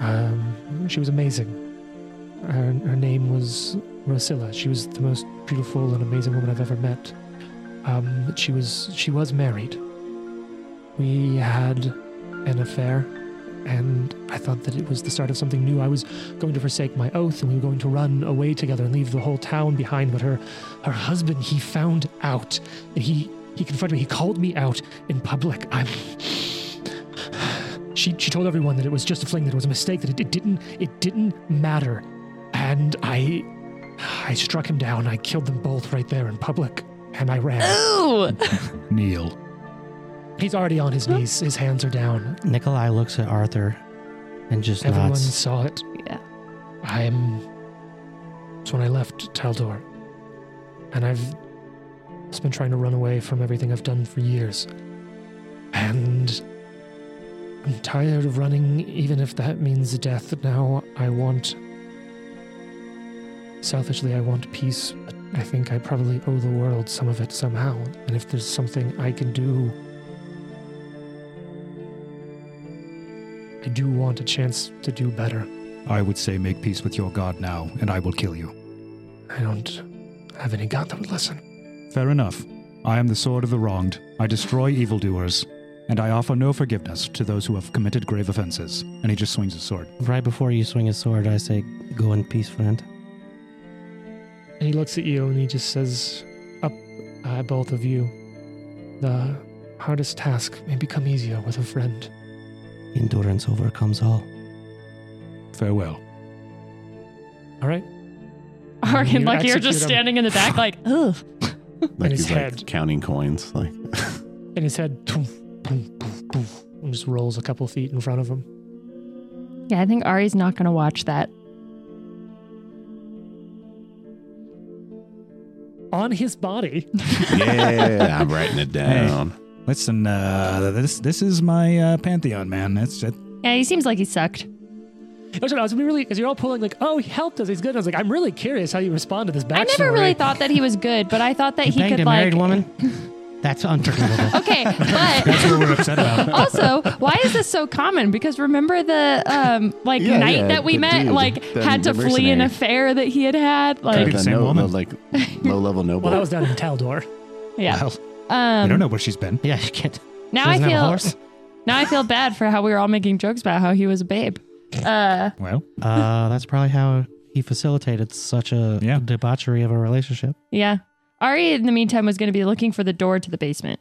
Um, she was amazing. Her, her name was Rosilla. She was the most beautiful and amazing woman I've ever met. Um, but she was she was married. We had an affair, and I thought that it was the start of something new. I was going to forsake my oath, and we were going to run away together and leave the whole town behind. But her, her husband, he found out, and he he confronted me. He called me out in public. I'm. She, she told everyone that it was just a fling, that it was a mistake, that it, it didn't it didn't matter, and I I struck him down. I killed them both right there in public, and I ran.
Ooh!
Neil.
He's already on his knees. His hands are down.
Nikolai looks at Arthur and just
Everyone
nods.
saw it.
Yeah.
I'm. It's when I left Taldor. And I've just been trying to run away from everything I've done for years. And I'm tired of running, even if that means death. Now I want. Selfishly, I want peace, but I think I probably owe the world some of it somehow. And if there's something I can do. I do want a chance to do better.
I would say make peace with your god now, and I will kill you.
I don't have any god that would listen.
Fair enough. I am the sword of the wronged. I destroy evildoers, and I offer no forgiveness to those who have committed grave offenses. And he just swings his sword.
Right before you swing his sword, I say, Go in peace, friend.
And he looks at you and he just says, Up, uh, both of you. The hardest task may become easier with a friend.
Endurance overcomes all.
Farewell.
All right?
Ari
You
and Lucky are
execute
just
him.
standing in the back, like, Ugh.
Like
his
he's
head.
like counting coins. Like
And his head poof, poof, poof, poof, and just rolls a couple feet in front of him.
Yeah, I think Ari's not going to watch that.
on his body.
Yeah, I'm writing it down.
Listen, uh, this this is my uh, pantheon, man. That's that,
Yeah, he seems like he sucked.
That's what I was gonna be really because you're all pulling like, oh, he helped us, he's good. I was like, I'm really curious how you respond to this backstory.
I never really thought that he was good, but I thought that
He
he
banged
could
a
like
married woman. That's unforgivable.
Okay, but
that's what we're upset about.
also, why is this so common? Because remember the um like
Yeah,
night
yeah,
that we
the
met,
dude,
like
the-
had to
the
flee an
mercenary.
affair that he had had.
Like
Like,
the
a
same
no-
woman?
like low level noble.
Well, that was down in Taldor.
yeah.
Well, I don't
Um,
know where she's been.
yeah, you can't.
now I
doesn't have a
feel
horse.
now I feel bad for how we were all making jokes about how he was a babe. Uh,
Well,
Uh, that's probably how he facilitated such a
Yeah.
debauchery of a relationship.
yeah. Ari, in the meantime, was going to be looking for the door to the basement.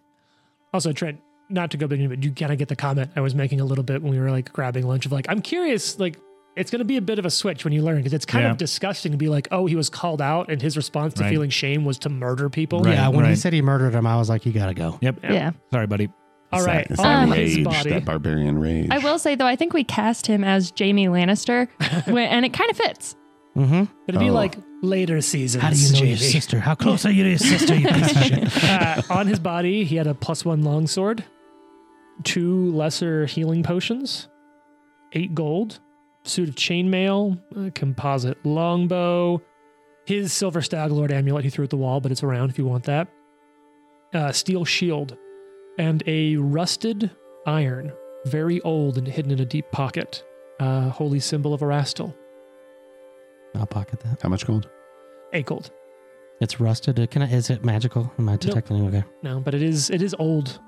Also, Trent, not to go big, but you kind of get the comment I was making a little bit when we were like grabbing lunch of like, I'm curious, like, it's going to be a bit of a switch when you learn because it's kind
Yeah.
of disgusting to be like, oh, he was called out and his response to
Right.
feeling shame was to murder people.
Right,
yeah, when he
right.
said he murdered him, I was like, you gotta go.
yep.
Yeah.
Sorry, buddy.
All
It's that-
right.
it's that
on his
rage,
body.
that barbarian rage.
I will say though, I think we cast him as Jamie Lannister, when, and it kind of fits.
Mm-hmm.
It'd be
Oh.
like later seasons.
How do you know your
Jamie.
sister? How close are you to your sister? You piece of shit.
uh, on his body, he had a plus one longsword, two lesser healing potions, eight gold, suit of chainmail, a composite longbow, his silver staglord amulet he threw at the wall, but it's around if you want that, uh, steel shield, and a rusted iron, very old and hidden in a deep pocket, uh, holy symbol of Erastil.
I'll pocket that.
How much gold?
Eight gold.
It's rusted. Uh, Can I? Is it magical? Am I detecting? Okay.
No, but it is it is old.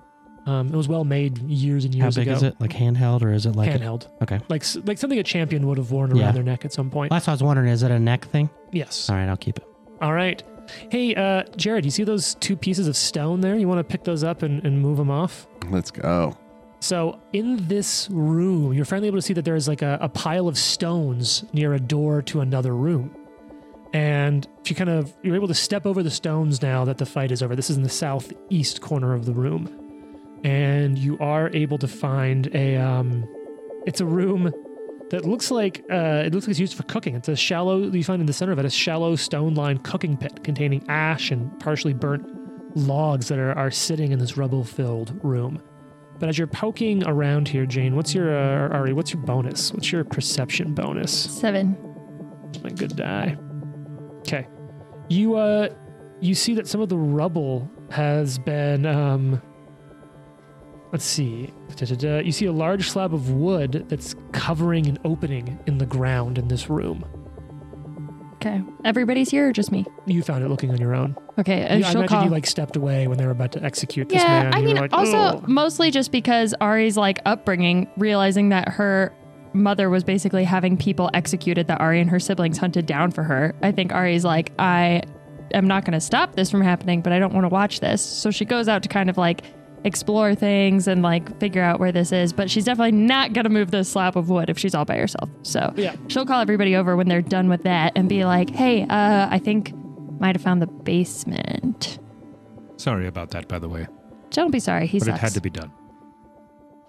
Um, it was well made years and
How
years
big
ago.
is it? Like handheld or is it like? a-
handheld.
okay.
Like s- like something a champion would have worn around
Yeah.
their neck at some point.
That's what I was wondering. Is it a neck thing?
Yes.
All right, I'll keep it.
All right. Hey, uh, Jared, you see those two pieces of stone there? You want to pick those up and, and move them off?
Let's go.
So in this room, you're finally able to see that there is like a, a pile of stones near a door to another room. And if you kind of you're able to step over the stones now that the fight is over. This is in the southeast corner of the room. And you are able to find a um it's a room that looks like uh, it looks like it's used for cooking. It's a shallow you find in the center of it a shallow stone-lined cooking pit containing ash and partially burnt logs that are, are sitting in this rubble-filled room. But as you're poking around here, Jane, what's your uh, or Ari? What's your bonus? What's your perception bonus?
Seven.
My good die. Okay, you uh, you see that some of the rubble has been um. Let's see. Da-da-da. You see a large slab of wood that's covering an opening in the ground in this room.
Okay. Everybody's here or just me?
You found it looking on your own.
Okay. Uh,
You- I
she'll
imagine
call.
you like stepped away when they were about to execute this
yeah.
man.
I
You were
mean,
like,
also
"Ugh."
mostly just because Ari's like upbringing, realizing that her mother was basically having people executed that Ari and her siblings hunted down for her. I think Ari's like, I am not going to stop this from happening, but I don't want to watch this. So she goes out to kind of like explore things and like figure out where this is, but she's definitely not going to move this slab of wood if she's all by herself. So
Yeah.
she'll call everybody over when they're done with that and be like, "Hey, uh, I think might have found the basement."
Sorry about that, by the way.
Don't be sorry. He
but
sucks.
it had to be done.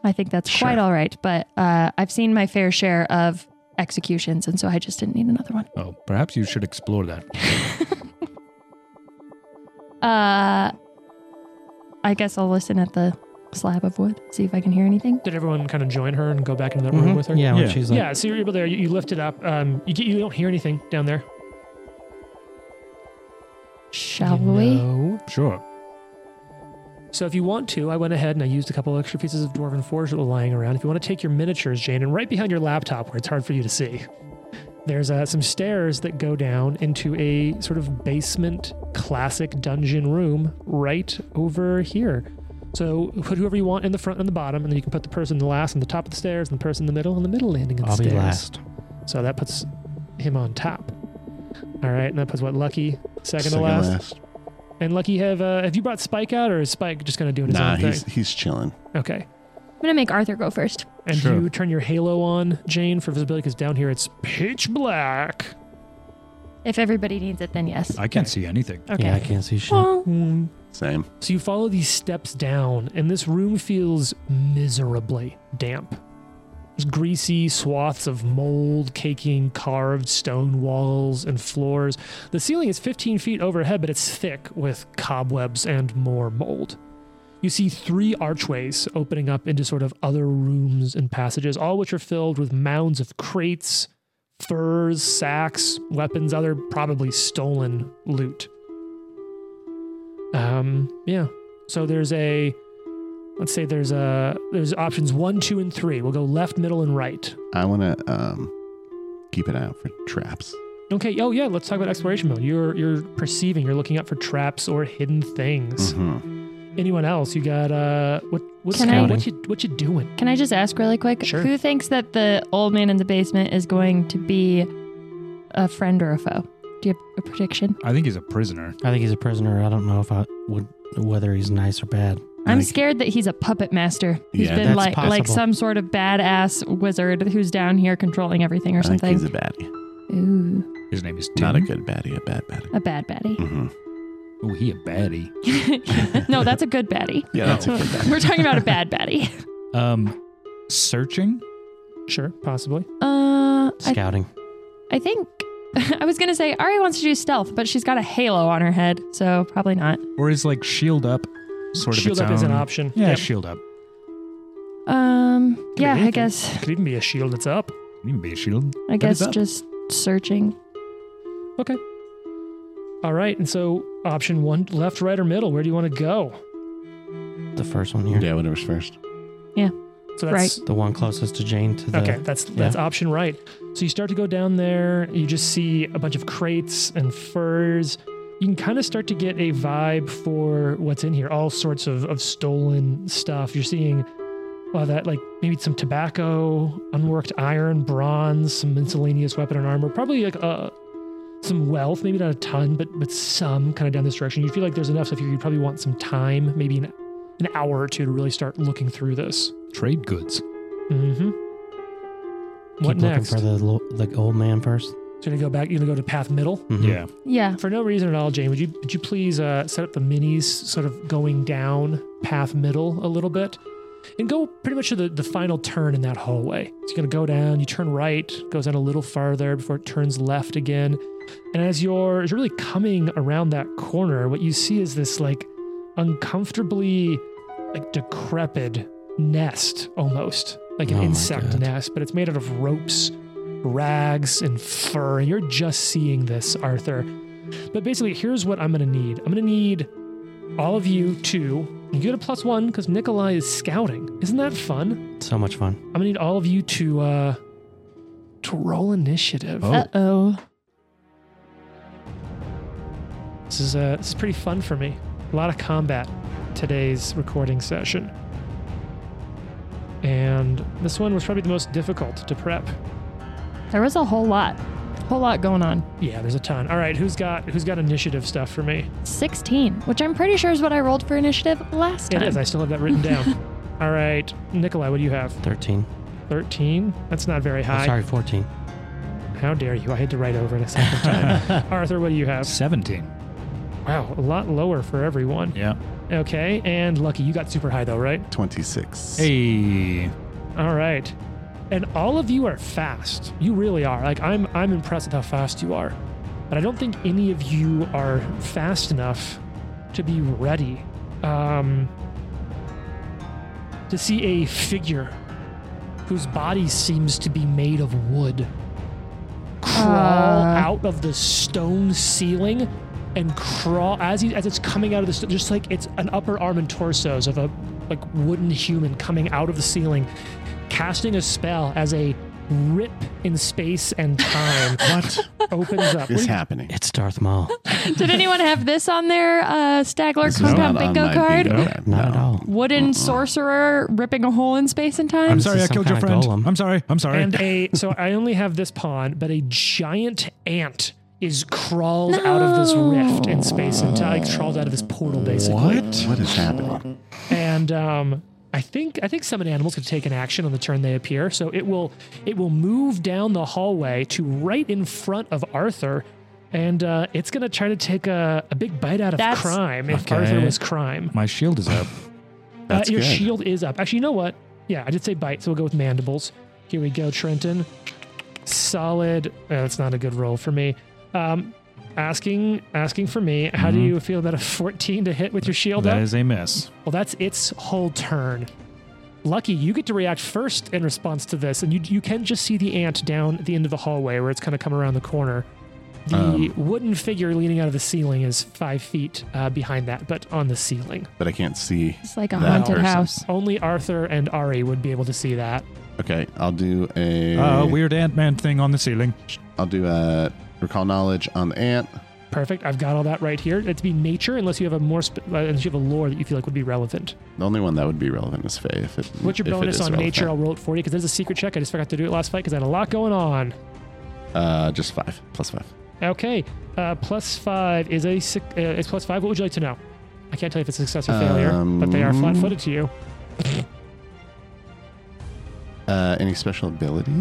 I think that's
Sure.
quite all right. But uh, I've seen my fair share of executions, and so I just didn't need another one.
Oh, perhaps you should explore that.
Uh, I guess I'll listen at the slab of wood, see if I can hear anything.
Did everyone kind of join her and go back into that room
Mhm.
with her?
Yeah, when
Yeah.
she's like,
yeah, so you're able there. You, you lift it up. Um, you get, you don't hear anything down there.
Shall
You
we?
know.
Sure.
So if you want to, I went ahead and I used a couple extra pieces of dwarven forge that were lying around. If you want to take your miniatures, Jane, and right behind your laptop where it's hard for you to see, there's uh, some stairs that go down into a sort of basement classic dungeon room right over here. So put whoever you want in the front and the bottom, and then you can put the person the last on the top of the stairs, and the person in the middle, and the middle landing of the
I'll be
stairs.
last.
So that puts him on top. All right, and that puts what Lucky second, to
Second
last. And Lucky have uh, have you brought Spike out, or is Spike just gonna do his
Nah,
own thing?
he's he's chilling.
Okay.
I'm gonna make Arthur go first.
And
Sure.
you turn your halo on, Jane, for visibility, because down here it's pitch black.
If everybody needs it, then yes.
I can't see anything.
Okay.
Yeah, I can't see shit.
Well,
Mm.
Same.
So you follow these steps down, and this room feels miserably damp. There's greasy swaths of mold caking carved stone walls and floors. The ceiling is 15 feet overhead, but it's thick with cobwebs and more mold. You see three archways opening up into sort of other rooms and passages, all which are filled with mounds of crates, furs, sacks, weapons, other probably stolen loot. Um, yeah. So there's a let's say there's a there's options one, two, and three. We'll go left, middle, and right.
I want to um, keep an eye out for traps.
Okay, oh yeah, let's talk about exploration mode. You're you're perceiving, you're looking out for traps or hidden things.
Mhm.
Mm-hmm.
Anyone else? You got uh what what's
Can I-
what you what you doing?
Can I just ask really quick?
Sure.
Who thinks that the old man in the basement is going to be a friend or a foe? Do you have a prediction?
I think he's a prisoner.
I think he's a prisoner. I don't know if I would whether he's nice or bad.
I'm
Like,
scared that he's a puppet master who's
Yeah,
been
that's
like like
possible.
some sort of badass wizard who's down here controlling everything or
I think
something.
he's a baddie. Mm-hmm.
Ooh,
His name is Tim.
Not a good baddie, a bad baddie.
a bad baddie.
hmm
Oh, he a baddie.
no, that's a good baddie.
Yeah, that's a good baddie.
We're talking about a bad baddie.
Um, searching.
Sure, possibly.
Uh, I,
Scouting.
I think I was gonna say Ari wants to do stealth, but she's got a halo on her head, so probably not.
Or is like shield up sort of
shield
its
up is an
own-
option.
Yeah,
Yep.
shield up.
Um,
be
yeah, I
anything.
guess
Could even be a shield that's up.
Can even be a shield.
I
That is
guess
up.
just searching.
Okay. All right, and so option one, left, right, or middle. Where do you want to go?
The first one here.
Yeah, whatever's first.
So that's
The one closest to Jane to the
okay. That's that's option right. So you start to go down there. You just see a bunch of crates and furs. You can kind of start to get a vibe for what's in here. All sorts of of stolen stuff. You're seeing. Wow, that like maybe some tobacco, unworked iron, bronze, some miscellaneous weapon and armor, probably like uh, some wealth, maybe not a ton, but but some kind of down this direction. You feel like there's enough stuff here. You probably want some time, maybe an, an hour or two to really start looking through this.
Trade goods.
Mm-hmm.
Keep
What
looking
next?
for the lo- the old man Mm-hmm. 1st
so you're gonna go back. You're gonna go to path middle.
Yeah.
Yeah.
For no reason at all, Jane. Would you would you please uh, set up the minis, sort of going down path middle a little bit, and go pretty much to the, the final turn in that hallway. So you're gonna go down. You turn right, goes down a little farther before it turns left again. And as you're as you're really coming around that corner, what you see is this like uncomfortably like decrepit nest almost like an
Oh my
insect
God.
nest, but it's made out of ropes, rags, and fur. And you're just seeing this, Arthur. But basically, here's what I'm gonna need. I'm gonna need all of you to. You get a plus one because Nikolai is scouting. Isn't that fun?
So much fun.
I'm gonna need all of you to uh to roll initiative.
Oh.
Uh oh.
This is uh this is pretty fun for me. A lot of combat today's recording session. And this one was probably the most difficult to prep.
There was a whole lot. Whole lot going on.
Yeah, there's a ton. All right, who's got who's got initiative stuff for me?
16, which I'm pretty sure is what I rolled for initiative last
It
time.
is. I still have that written down. All right, Nikolai, what do you have?
13.
13? That's not very
Oh,
high.
sorry, 14.
How dare you? I had to write over it a second time. Arthur, what do you have?
Seventeen.
Wow, a lot lower for everyone.
Yeah.
Okay, and Lucky, you got super high though, right?
26.
Hey.
All right. And all of you are fast. You really are. Like I'm I'm impressed with how fast you are. But I don't think any of you are fast enough to be ready um to see a figure whose body seems to be made of wood crawl
Uh.
out of the stone ceiling and crawl as he, as it's coming out of the st- just like it's an upper arm and torsos of a like wooden human coming out of the ceiling casting a spell as a rip in space and time
What
opens up
is
What do you-
happening?
It's Darth Maul.
Did anyone have this on their uh, Stagler
This is
Compound
not on
bingo
my
card?
bingo card.
Not
No.
at
Um,
all.
Wooden sorcerer ripping a hole in space and time?
I'm
This
sorry,
is
I
some
killed your
kind
friend.
of golem.
I'm sorry. I'm sorry.
and a so i only have this pawn but a giant ant is crawls out of this rift in space and time like, crawls out of this portal basically
What is happening?
and um, I think I think summoned animals could take an action on the turn they appear. So it will it will move down the hallway to right in front of Arthur, and uh, it's gonna try to take a, a big bite out of
That's-
crime if
Okay.
Arthur was crime.
My shield is up.
That's
uh, your
good.
shield is up. Actually, you know what? Yeah, I did say bite, so we'll go with mandibles. Here we go, Trenton. Solid. Uh, that's not a good roll for me. Um, asking, asking for me. How do
Mhm.
Mm-hmm.
you feel about a 14 to hit with your shield
That
up?
is a miss.
well, that's its whole turn. Lucky, you get to react first in response to this, and you you can just see the ant down at the end of the hallway where it's kind of come around the corner. The
Um.
wooden figure leaning out of the ceiling is five feet uh, behind that, but on the ceiling.
but I can't see.
It's like a
That
haunted
person.
house.
Only Arthur and Ari would be able to see that.
Okay, I'll do a.
oh,
Uh, weird Ant Man thing on the ceiling.
I'll do a recall knowledge on the ant.
Perfect. I've got all that right here. It'd be nature, unless you have a more sp- uh, unless you have a lore that you feel like would be relevant.
The only one that would be relevant is Faye. If it,
What's your
if it
bonus
is
on
relevant.
nature? I'll roll it for you because there's a secret check. I just forgot to do it last fight because I had a lot going on.
Uh, just five plus five.
Okay, uh, plus five is a six, uh, is plus five. What would you like to know? I can't tell you if it's success or failure, but they are
Um,
flat-footed to you.
Uh, any special ability?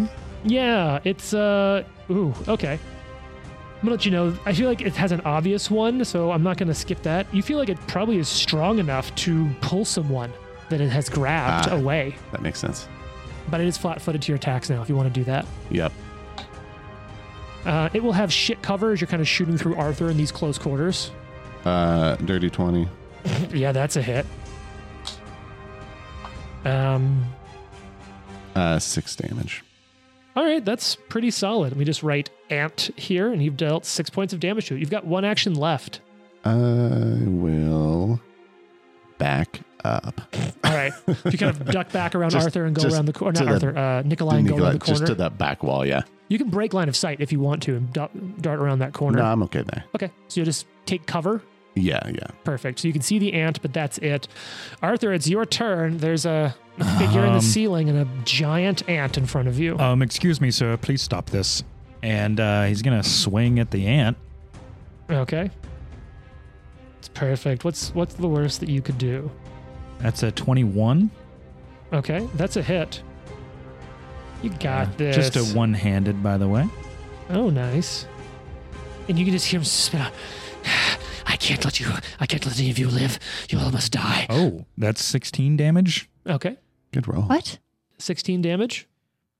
Yeah, it's uh, ooh, okay. I'm gonna let you know. I feel like it has an obvious one, so I'm not gonna skip that. You feel like it probably is strong enough to pull someone that it has grabbed
Ah.
away,
That makes sense.
but it is flat-footed to your attacks now. If you want to do that,
Yep.
uh, it will have shit cover as you're kind of shooting through Arthur in these close quarters.
Uh, dirty twenty.
yeah, that's a hit. Um,
Uh, six damage.
All right, that's pretty solid. Let me just write ant here, and you've dealt six points of damage to it. You've got one action left.
I will back up.
All right, if you kind of duck back around
Just-
Arthur and go
just
around the corner,
to
not
the-
Arthur, uh, Nikolai and go around the
Nicolette, just
corner.
to that back wall. Yeah.
you can break line of sight if you want to and du- dart around that corner.
No, I'm okay there.
Okay, so you just take cover.
Yeah, yeah.
Perfect. So you can see the ant, but that's it. Arthur, it's your turn. There's a figure in the
Um,
ceiling and a giant ant in front of you.
Uh.
Um, excuse me, sir. Please stop this. And uh, he's gonna swing at the ant.
okay, it's perfect. What's what's the worst that you could do?
That's a twenty-one.
Okay, that's a hit. You got this.
Just a one-handed, by the way.
Oh, nice. And you can just hear him spit out. I can't let you. I can't let any of you live. You all must die.
Oh, that's sixteen damage.
Okay,
Good roll.
What?
16 damage.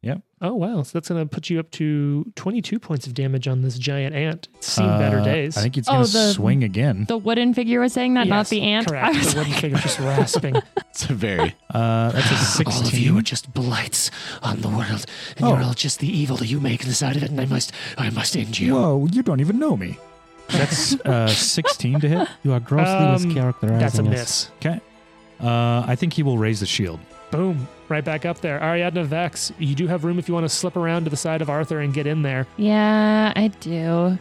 Yep.
Oh wow, so that's gonna put you up to 22 points of damage on this giant ant. It's seen better
Uh,
days.
I think he's
Oh,
gonna
the-
swing again.
The wooden figure was saying that, not
Yes,
the ant.
Correct.
I was
the wooden
like,
figure just rasping.
It's a very
Uh, that's a
All of you are
sixteen.
just blights on the world, and you're
Oh.
all just the evil that you make inside of it. And I must, I must end you.
Whoa, you don't even know me. That's uh, sixteen to hit.
You are grossly
Um,
mischaracterizing
That's a
us.
miss.
Okay. Uh, I think he will raise the shield.
Boom! Right back up there. Ariadna Vex, you do have room if you want to slip around to the side of Arthur and get in there.
yeah, I do.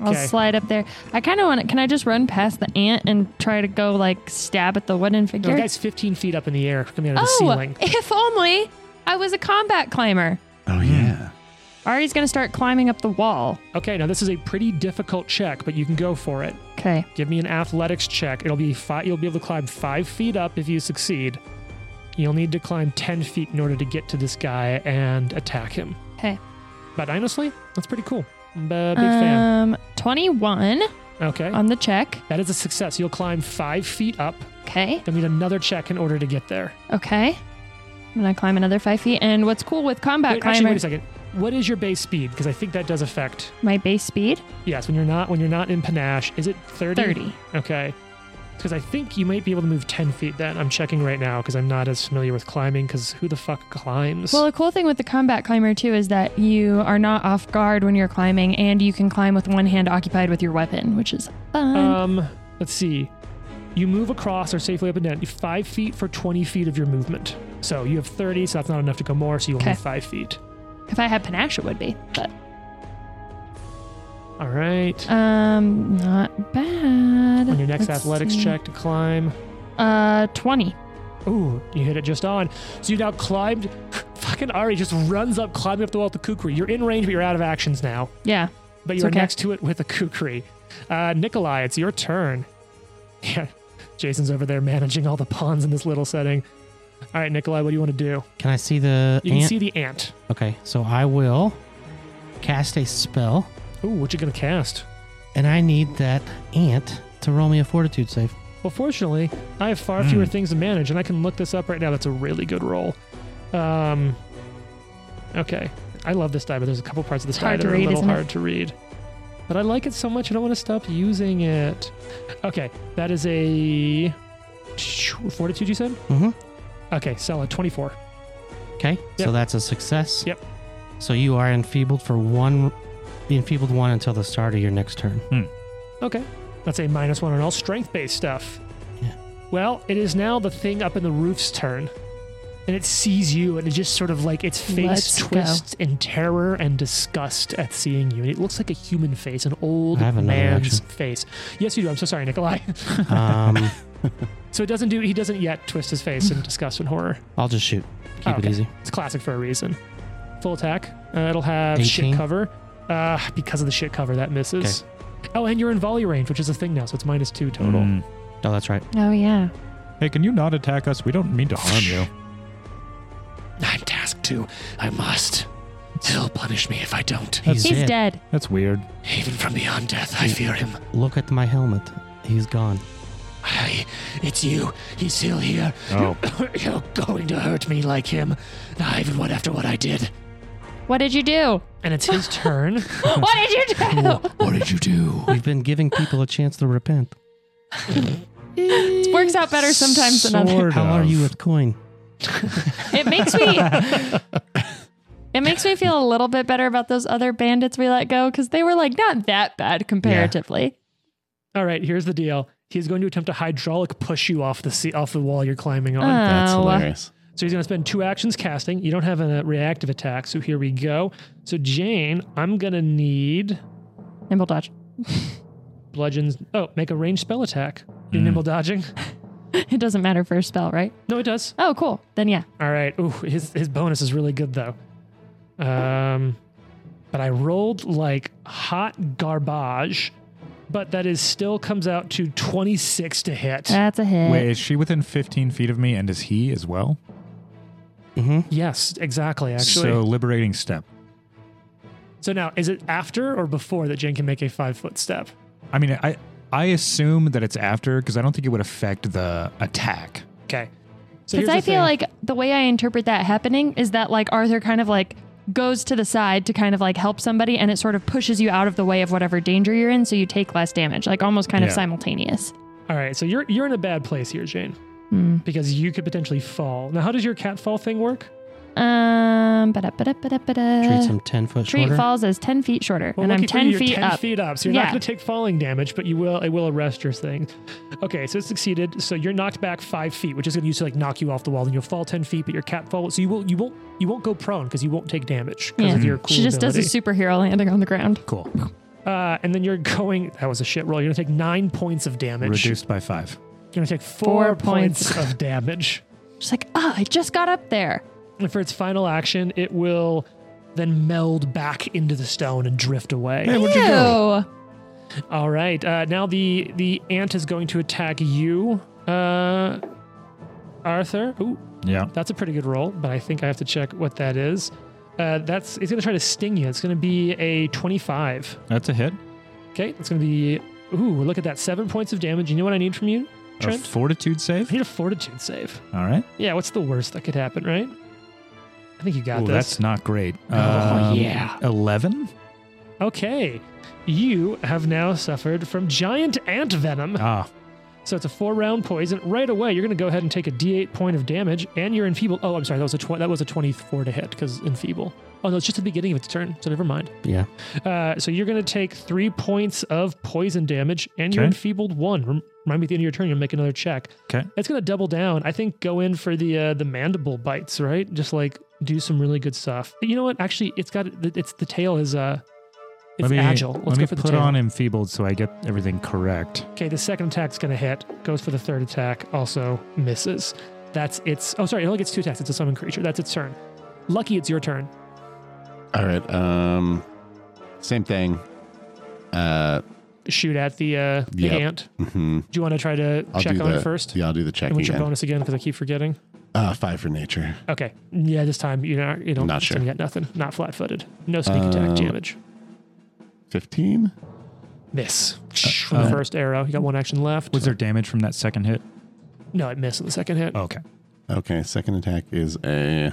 I'll
Okay.
slide up there. I kind of want to. Can I just run past the ant and try to go like stab at the wooden
No,
figure?
the guy's 15 feet up in the air coming out of the
oh,
ceiling.
if only I was a combat climber.
Oh
Hmm.
yeah.
Ari's gonna start climbing up the wall.
Okay, now this is a pretty difficult check, but you can go for it.
Okay.
Give me an athletics check. It'll be five. You'll be able to climb five feet up if you succeed. You'll need to climb 10 feet in order to get to this guy and attack him.
Okay.
But honestly, that's pretty cool. I'm a big fan.
Um, 21
Okay.
on the check.
that is a success. You'll climb five feet up.
Okay.
You'll need another check in order to get there.
Okay. I'm gonna climb another five feet. And what's cool with combat
Wait, actually,
climber?
wait a second. What is your base speed? Because I think that does affect.
My base speed
Yes, when you're not when you're not in panache, is it 30?
30.
Okay. Because I think you might be able to move 10 feet then. I'm checking right now because I'm not as familiar with climbing because who the fuck climbs?
Well, the cool thing with the combat climber too is that you are not off guard when you're climbing, and you can climb with one hand occupied with your weapon, which is fun.
um, let's see. You move across or safely up and down five feet for 20 feet of your movement. So you have 30, so that's not enough to go more, so you'll
Okay.
move five feet.
if I had panache, it would be, but
All right.
um, not bad.
On your next
Uh, Let's
athletics
see.
check to climb.
uh, 20.
Ooh, you hit it just on. So you now climbed. Fucking Ari just runs up, climbing up the wall with the kukri. You're in range, but you're out of actions now.
Yeah.
but
It's
you're
okay.
next to it with a kukri. Uh, Nikolai, it's your turn. Yeah, Jason's over there managing all the pawns in this little setting. All right, Nikolai, what do you want to do?
Can I see the
You
ant?
can see the ant.
okay, so I will cast a spell,
Ooh, what you gonna cast?
and I need that ant to roll me a fortitude save.
Well, fortunately, I have far fewer
Hmm.
things to manage, and I can look this up right now. That's a really good roll. Um, Okay. I love this die, but there's a couple parts of this die
hard
that
to
are
read,
a little
isn't it?
hard to read. But I like it so much, I don't want to stop using it. Okay, that is a fortitude. You said
Mm-hmm.
okay. Sell a twenty-four.
Okay,
Yep.
so that's a success.
Yep.
So you are enfeebled for one, the enfeebled one until the start of your next turn.
Okay, that's a minus one on all strength-based stuff.
Yeah.
Well, it is now the thing up in the roof's turn, and it sees you, and it just sort of like its face
Let's go.
twists in terror and disgust at seeing you. And it looks like a human face, an old
I have another
man's
action.
face. Yes, you do. I'm so sorry, Nikolai.
Um,
So it doesn't do. He doesn't yet twist his face in disgust and horror.
I'll just shoot. Keep
Oh, okay.
it easy.
It's classic for a reason. Full attack. Uh, it'll have shit
18.
cover. Uh, because of the shit cover, that misses. Oh, and you're in volley range, which is a thing now, so it's minus two total.
Mm.
Oh, that's right.
Oh yeah.
Hey, can you not attack us? We don't mean to harm you.
I'm tasked to. I must. He'll punish me if I don't.
He's,
He's
dead.
dead.
That's weird.
Even from the undeath, I fear him.
Look at my helmet. He's gone.
I, it's you. He's still here.
Oh.
You're going to hurt me like him. I even went after what I did.
What did you do?
And it's his turn.
what did you do?
What did you do?
We've been giving people a chance to repent.
it works out better sometimes than others.
Sort
How are
of.
you with coin?
It makes me. It makes me feel a little bit better about those other bandits we let go because they were like not that bad comparatively.
All right, here's the deal. He's going to attempt to hydraulic push you off the sea, off the wall you're climbing on.
That's
Oh.
hilarious.
So he's going to spend two actions casting. You don't have a reactive attack, so here we go. So Jane, I'm going to need
Nimble dodge.
bludgeons. Oh, make a ranged spell attack. You're
Hmm.
Mm.
nimble dodging.
It doesn't matter for a spell, right?
No, it does.
Oh, cool. Then yeah.
All right. Ooh, his his bonus is really good though. Um, but I rolled like hot garbage, but that is still comes out to twenty six to hit.
That's a hit.
Wait, is she within 15 feet of me and is he as well?
Mm-hmm.
Uh, yes, exactly. Actually. So,
So, liberating step.
now, is it after or before that Jane can make a five foot step?
I mean, I I assume that it's after because I don't think it would affect the attack.
Okay. So here's
Because I
the
feel
thing.
like the way I interpret that happening is that like Arthur kind of like goes to the side to kind of like help somebody and it sort of pushes you out of the way of whatever danger you're in so you take less damage, like almost kind of
Yeah.
simultaneous.
All right. So you're you're in a bad place here, Jane,
Hmm.
because you could potentially fall. Now, how does your cat fall thing work?
Um, ba ba da ba
Treats
da
him 10 foot
Treat
shorter.
falls as 10 feet shorter
Well,
and I'm
lucky for you,
10
you're
feet
10
up.
feet up, so you're
Yeah.
not going to take falling damage, but you will. It will arrest your thing. Okay, so it succeeded. So you're knocked back five feet, which is going to use to like knock you off the wall. Then you'll fall 10 feet, but your cat fall. So you will. You won't. You won't go prone because you won't take damage because
Yeah.
of your cool
she just
ability.
does a superhero landing on the ground.
Cool.
uh, and then you're going. That was a shit roll. You're going to take nine points of damage.
Reduced by five.
You're going to take four,
Four
points
points.
of damage.
She's like, oh, I just got up there.
And for its final action, it will then meld back into the stone and drift away. All right. Uh, now the the ant is going to attack you, uh, Arthur. Ooh,
Yeah.
that's a pretty good roll, but I think I have to check what that is. Uh, that's it's going to try to sting you. It's going to be a twenty-five.
That's a hit.
Okay, it's going to be ooh, look at that, seven points of damage. You know what I need from you,
A
Trent?
fortitude
I
save.
need a fortitude save.
All right.
Yeah, what's the worst that could happen, right? I think you got
Ooh,
this.
that's not great. Oh,
yeah.
11?
Okay, you have now suffered from giant ant venom.
Ah,
So it's a four-round poison. Right away, you're going to go ahead and take a D8 point of damage, and you're enfeebled. Oh, I'm sorry, that was a tw- that was a 24 to hit because enfeeble. Oh no, it's just the beginning of its turn, so never mind.
Yeah.
Uh, so you're going to take three points of poison damage, and you're
Okay.
enfeebled one. Rem- Remind me at the end of your turn, you'll make another check.
Okay.
It's going to double down. I think go in for the uh, the mandible bites, right? Just like do some really good stuff. You know what? Actually, it's got it's the tail is uh, it's
let me,
agile. Let's
let
go
me
for the
put
tail.
on enfeebled so I get everything correct.
Okay, the second attack's gonna hit. Goes for the third attack, also misses. That's its. Oh, sorry, it only gets two attacks. It's a summon creature. That's its turn. Lucky, it's your turn.
All right. Um, same thing. Uh,
Shoot at the uh, the
Yep.
ant.
hmm
Do you want to try to
I'll
check
do
on
the,
it first?
Yeah, I'll do the check
And what's your
again.
bonus again? Because I keep forgetting.
Uh, five for nature.
Okay. Yeah, this time you're not. You don't.
Not
this time
sure.
You got nothing. Not flat-footed. No sneak attack
Um,
damage.
Fifteen.
Miss. From the
uh,
first arrow. You got one action left.
Was there damage from that second hit?
Oh.
No, it missed on the second hit.
Okay.
Okay. Second attack is a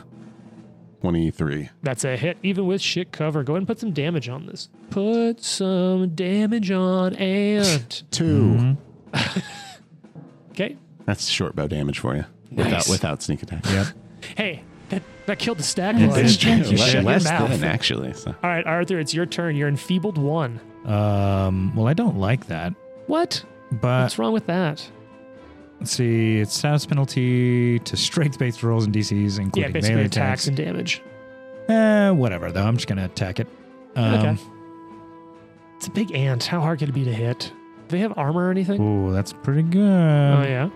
23.
That's a hit, even with shit cover. Go ahead and put some damage on this. Put some damage on and.
2
Mm-hmm. Okay.
That's short bow damage for you. Without
Nice.
without sneak attack.
Yep.
Hey, that, that killed the stag.
It
lion.
did.
true.
You
Less,
shut your
less
mouth.
than actually. So.
All right, Arthur, it's your turn. You're enfeebled one.
Um, well, I don't like that,
What?
but
What's wrong with that?
let's see. It's status penalty to strength-based rolls and DCs,
Yeah,
including
basically
melee
attacks
attacks.
and damage.
Eh, whatever though. I'm just gonna attack it. Um,
Okay. It's a big ant. How hard can it be to hit? Do they have armor or anything?
Ooh, that's pretty good.
oh, yeah.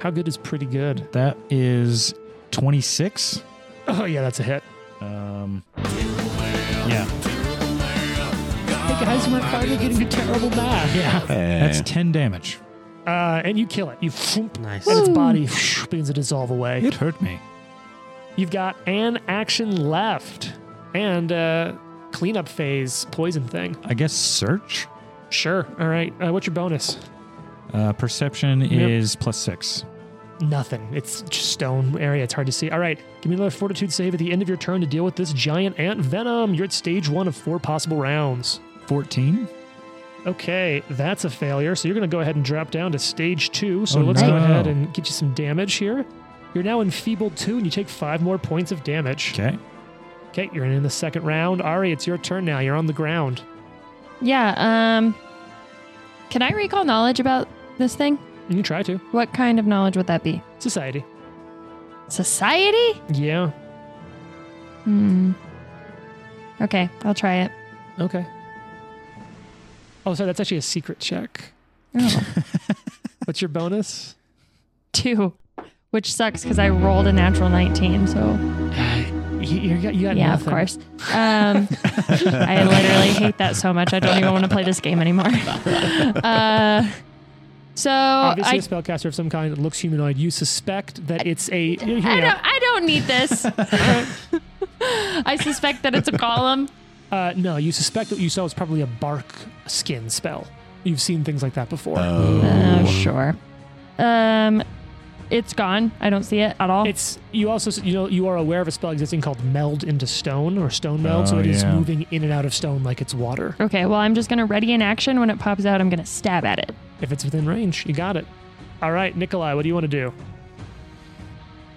How good is pretty good?
That is 26.
Oh, yeah, that's a hit.
Um, yeah,
Hey, guys, we're finally getting a terrible die. Yeah.
that's 10 damage.
Uh, and you kill it. You thump,
Nice.
and its body begins to dissolve away.
It hurt me.
You've got an action left and uh, cleanup phase poison thing.
I guess search.
Sure. All right. Uh, what's your bonus?
Uh, perception
Yep.
is plus six.
Nothing. It's just stone area. It's hard to see. All right. Give me another fortitude save at the end of your turn to deal with this giant ant venom. You're at stage one of four possible rounds.
14.
Okay. That's a failure. So you're going to go ahead and drop down to stage two. So
Oh,
let's go
no.
ahead and get you some damage here. You're now enfeebled two, and you take five more points of damage.
Okay.
Okay, you're in the second round. Ari, it's your turn now. You're on the ground.
Yeah. Um, can I recall knowledge about this thing?
You can try to.
What kind of knowledge would that be?
Society.
Society?
Yeah.
Hmm. Okay, I'll try it.
Okay. Oh, sorry, that's actually a secret check.
Oh.
What's your bonus?
Two, which sucks because I rolled a natural 19, so.
You, you got, you got
yeah,
nothing.
of course. Um, I literally hate that so much. I don't even want to play this game anymore. uh, so
Obviously,
Oh, I,
a spellcaster of some kind that looks humanoid. You suspect that it's a. Hear me
I
out.
don't. I don't need this. I suspect that it's a column.
Uh, no, you suspect that what you saw was probably a bark skin spell. You've seen things like that before.
Oh.
Uh, sure. Um, it's gone. I don't see it at all.
It's you also s- you know you are aware of a spell existing called meld into stone or stone meld, so
Oh,
it is
yeah.
moving in and out of stone like it's water.
okay. Well, I'm just gonna ready in action. When it pops out, I'm gonna stab at it.
If it's within range, you got it. All right, Nikolai, what do you want to do?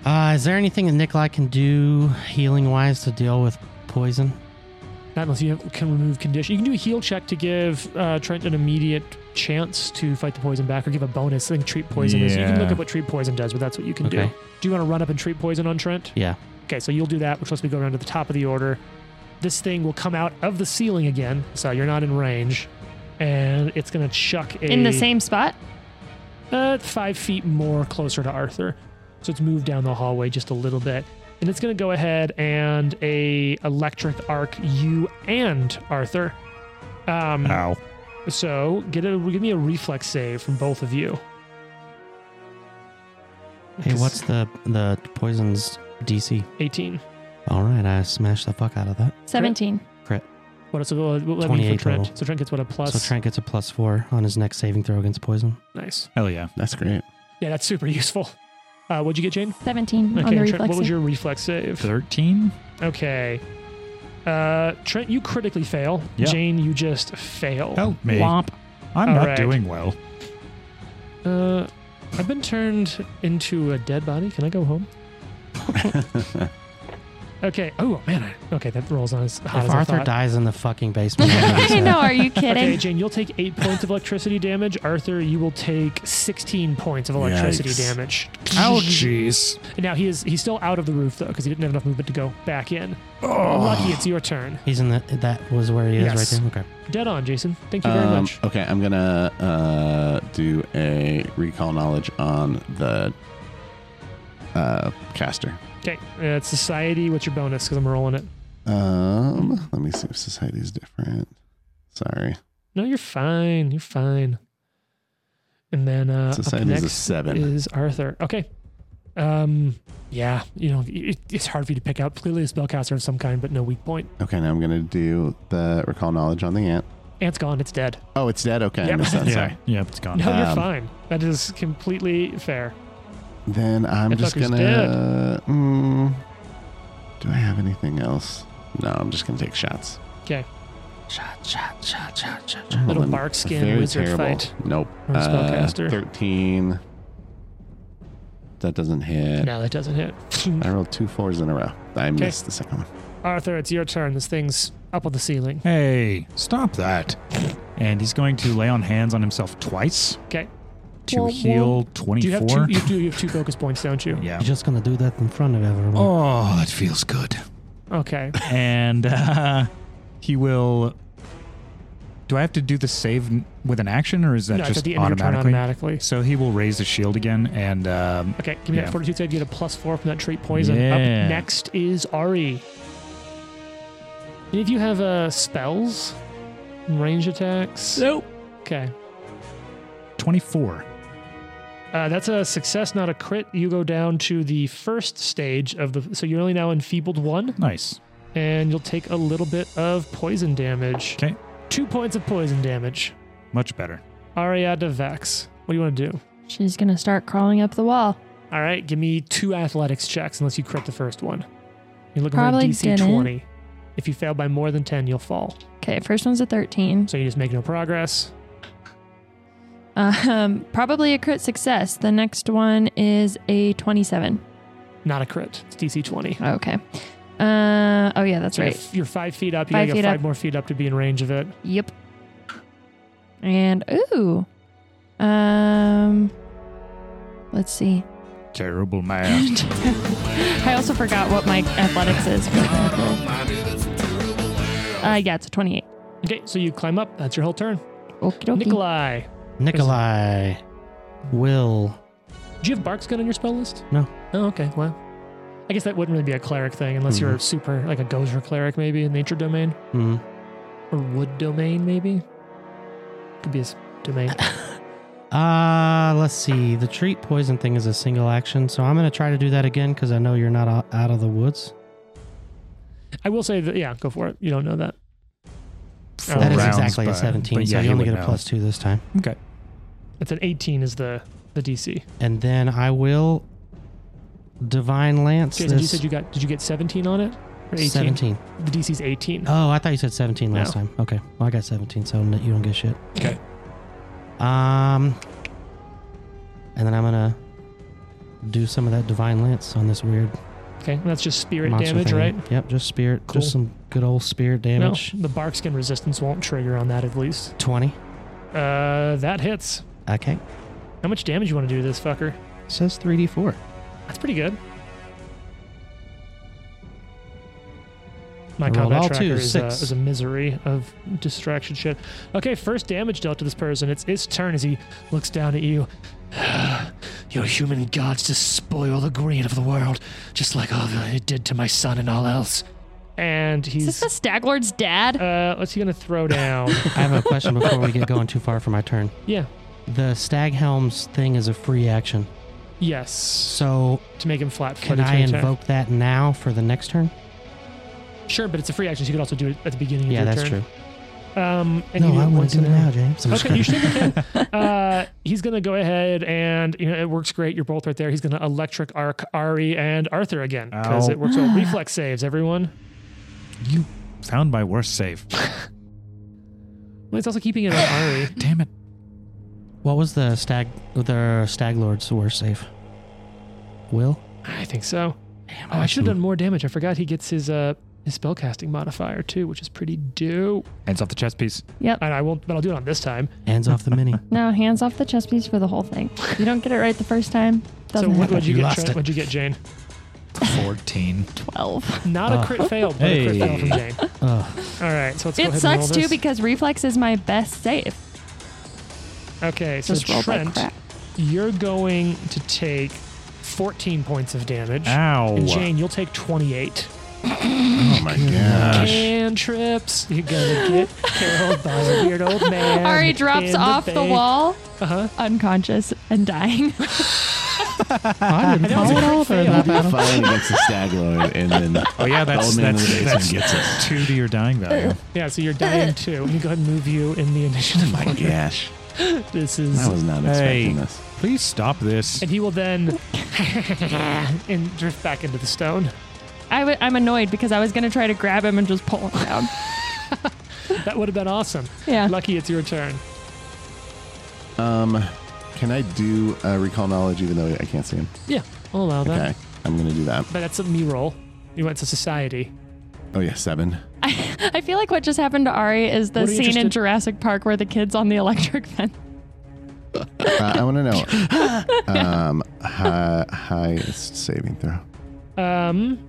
Uh, is there anything that Nikolai can do healing wise to deal with poison?
Not unless you have, can remove condition. You can do a heal check to give uh, Trent an immediate chance to fight the poison back, or give a bonus. I think treat poison is. You can look
Yeah.
up what treat poison does, but that's what you can do.
Okay.
Do you want to run up and treat poison on Trent?
Yeah.
Okay, so you'll do that, which lets me go around to the top of the order. This thing will come out of the ceiling again, so you're not in range, and it's gonna chuck a
In the same spot.
uh, five feet more closer to Arthur. So it's moved down the hallway just a little bit. And it's going to go ahead and a electric arc you and Arthur. Um,
Ow.
So get a give me a reflex save from both of you.
Hey, what's the the poison's DC?
18?
All right, I smashed the fuck out of that.
17.
What else? What, what that mean
28
for Trent?
total.
So Trent gets what a plus.
So Trent gets a plus four on his next saving throw against poison.
nice.
Hell yeah.
That's great.
Yeah, that's super useful. Uh, what'd you get, Jane?
17 on
Okay,
the
and
reflex.
Trent, what was
save.
your reflex save?
13?
Okay. Uh, Trent, you critically fail.
Yeah.
Jane, you just fail.
Help me.
Womp.
I'm
All
not
right.
doing well.
Uh, I've been turned into a dead body. Can I go home? okay. Oh man. I, okay, that rolls on as hot as
if
I
Arthur
thought.
dies in the fucking basement, I'm gonna be
I
sad.
know. Are you
Okay,
kidding?
Jane, you'll take eight points of electricity damage. Arthur, you will take sixteen points of electricity
Yikes.
damage.
Oh, jeez.
Now he is—he's still out of the roof though, because he didn't have enough movement to go back in. Lucky, it's your turn.
He's in the. That was where he is
Yes.
right there. Okay.
Dead on, Jason. Thank you very
Um,
much.
Okay, I'm gonna uh, do a recall knowledge on the uh, caster.
Okay, uh, it's society. What's your bonus? Because I'm rolling it.
Um, let me see if society's different. Sorry,
No, you're fine. You're fine. And then uh, up
society's a
next-
seven.
is Arthur. Okay. Um. Yeah. You know, it, it's hard for you to pick out. Clearly, a spellcaster of some kind, but no weak point.
Okay, now I'm gonna do the recall knowledge on the ant.
Ant's gone. It's dead.
Oh, it's dead. Okay,
Yeah.
I missed that.
Yeah.
Sorry.
Yep, it's gone.
No, you're
Um,
fine. That is completely fair.
Then I'm
That
just
fucker's
gonna. Mm, Do I have anything else? No, I'm just gonna take shots.
Okay.
Shot, shot, shot, shot, shot.
Little
Rolled a
bark skin
very
wizard fight.
Nope.
Or a spellcaster.
Uh, Thirteen. That doesn't hit.
No, that doesn't hit.
I rolled two fours in a row. I missed the second one.
Arthur, it's your turn. This thing's up on the ceiling.
Hey, stop that. And he's going to lay on hands on himself twice
Okay.
to
Well, well,
heal
Do you
24.
have two? You do. You have two focus points, don't you?
yeah.
You're just gonna do that in front of everyone.
Oh, that feels good.
Okay.
And uh, he will. Do I have to do the save n- with an action, or is that
no, it's
just
at the end of your turn
automatically?
automatically.
So he will raise his shield again, and um,
Okay, give me
Yeah.
that fortitude save. You get a plus four from that trait poison.
Yeah.
Up next is Ari. Any of you have uh, spells, range attacks?
Nope.
Okay,
24.
uh, that's a success, not a crit. You go down to the first stage of the. So you're only now enfeebled one,
Nice.
and you'll take a little bit of poison damage.
'Kay.
Two points of poison damage.
Much better.
Ariadne Vex. What do you want to do?
She's gonna start crawling up the wall.
All right, give me two athletics checks unless you crit the first one. You're looking
Probably
for a DC
didn't.
20. If you fail by more than 10, you'll fall.
Okay, first one's a 13.
So you just make no progress.
Um, probably a crit success. The next one is a 27.
Not a crit. It's DC 20.
Okay. Uh, oh, yeah, that's
So you're-
right.
You're five feet up. You
Five
gotta
feet
get five
up.
more feet up to be in range of it.
Yep. And, ooh. Um, let's see.
Terrible man.
I also forgot what my athletics is. uh, yeah, it's a 28.
Okay, so you climb up. That's your whole turn.
Okie dokie.
Nikolai,
Nikolai will.
do you have Bark's gun on your spell list?
No.
Oh, okay. Well, I guess that wouldn't really be a cleric thing unless you're super, like a Gozer cleric, maybe, a nature domain
Hmm.
or wood domain, maybe. Could be a s- domain.
Uh, let's see. The treat poison thing is a single action, so I'm gonna try to do that again because I know you're not o- out of the woods.
I will say that, yeah, go for it. You don't know that.
Four
that is
Oh, rounds,
exactly
but-
a 17,
but
so
yeah,
you
he
only
would
get a
know.
plus two this time.
Okay.
It's an 18 is the the DC.
And then I will divine lance
Jason, you
this
said you got did you get 17 on it? Or 18?
17.
The DC's 18.
Oh, I thought you said 17 last
No.
time. Okay. Well, I got 17, so n- you don't get shit.
Okay.
Um, and then I'm gonna do some of that divine lance on this weird
Okay, and that's just spirit
monster
damage,
thing.
right?
Yep, just spirit,
Cool.
just some good old spirit damage.
No, the bark skin resistance won't trigger on that at least.
20.
Uh, that hits.
Okay.
How much damage you want to do to this fucker?
says 3d4.
That's pretty good. My
I rolled
combat
all
tracker
twos,
is, a,
six.
is a misery of distraction shit. Okay, first damage dealt to this person. It's his turn as he looks down at you.
Your human gods to spoil the green of the world, just like all that it did to my son and all else.
And
Is this
he's.
the Staglord's dad?
Uh, what's he gonna throw down?
I have a question before we get going too far for my turn.
yeah.
The stag helms thing is a free action.
Yes.
So
To make him flat footed.
can I invoke that now for the next turn?
Sure, but it's a free action, so you can also do it at the beginning
yeah,
of your
that's
turn.
true.
true. Um, and you
no, I
want
want to do it now, James. I'm just
Okay, you
kidding.
should. uh, he's gonna go ahead and you know it works great. You're both right there. He's gonna electric arc Ari and Arthur again because
Oh.
Ow.
it works well. Reflex saves everyone.
You found my worst save.
Well, it's also keeping it on Ari.
Damn it.
What was the stag the stag lord's worst save? Will?
I think so.
Damn,
Oh, I should have done more damage. I forgot he gets his uh his spellcasting modifier too, which is pretty dope.
Hands off the chess piece.
Yep.
And I won't, but I'll do it on this time.
Hands off the mini.
No, hands off the chess piece for the whole thing. You don't get it right the first time.
So
Doesn't
what
happen.
would you
You
get?
lost
Trent?
it.
What'd you get, Jane?
14.
12.
Not a
Ah.
crit fail, but a crit fail from Jane.
Ugh.
All right, so let's go ahead
It
and
sucks
roll
too
this.
because reflex is my best save.
okay, so
Just rolled like
Trent,
crap.
you're going to take 14 points of damage.
Ow.
And Jane, you'll take 28.
Oh my
gosh.
gosh.
Cantrips. You're gonna get caroled by a weird old man.
Ari drops
in
off the,
face.
wall,
Uh-huh.
unconscious and dying.
I didn't
know, it's a
follow it
crit
all there.
fail.
that battle.
Finally gets the stag lord, and then
Oh, yeah, that's,
old man
that's,
in the
that's,
basement gets it.
two to your dying value.
Yeah, so you're dying too. Let me go ahead and move you in the initiative.
My gosh,
This
I
is.
was not
Hey.
expecting this.
Please stop this.
And he will then and drift back into the stone.
I w- I'm annoyed because I was going to try to grab him and just pull him down.
That would have been awesome.
Yeah.
Lucky it's your turn.
Um, can I do a recall knowledge even though I can't see him?
Yeah, I'll allow that.
Okay, I'm gonna do that.
But that's a me roll. You went to society.
Oh yeah, seven.
I feel like what just happened to Ari is the
What are you
scene in
interested-
Jurassic Park where the kid's on the electric fence.
Uh, I want to know. um, hi, highest saving throw.
Um,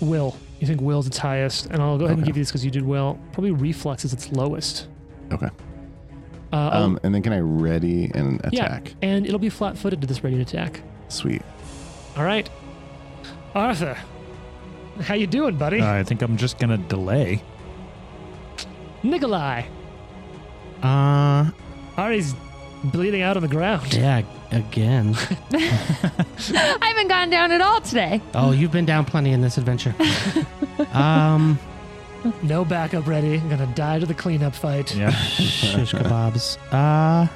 will. You think will's its highest, and I'll go ahead and
Okay.
give you this because you did well. Probably reflex is its lowest.
Okay.
Uh, oh,
Um, and then can I ready and attack?
Yeah, and it'll be flat-footed to this ready attack.
Sweet.
All right, Arthur, how you doing, buddy?
I think I'm just gonna delay.
Nikolai,
Uh,
Ari's bleeding out on the ground.
yeah, again.
I haven't gone down at all today.
Oh, you've been down plenty in this adventure. um,
No backup ready. I'm gonna die to the cleanup fight.
Yeah.
shish kebabs. Uh,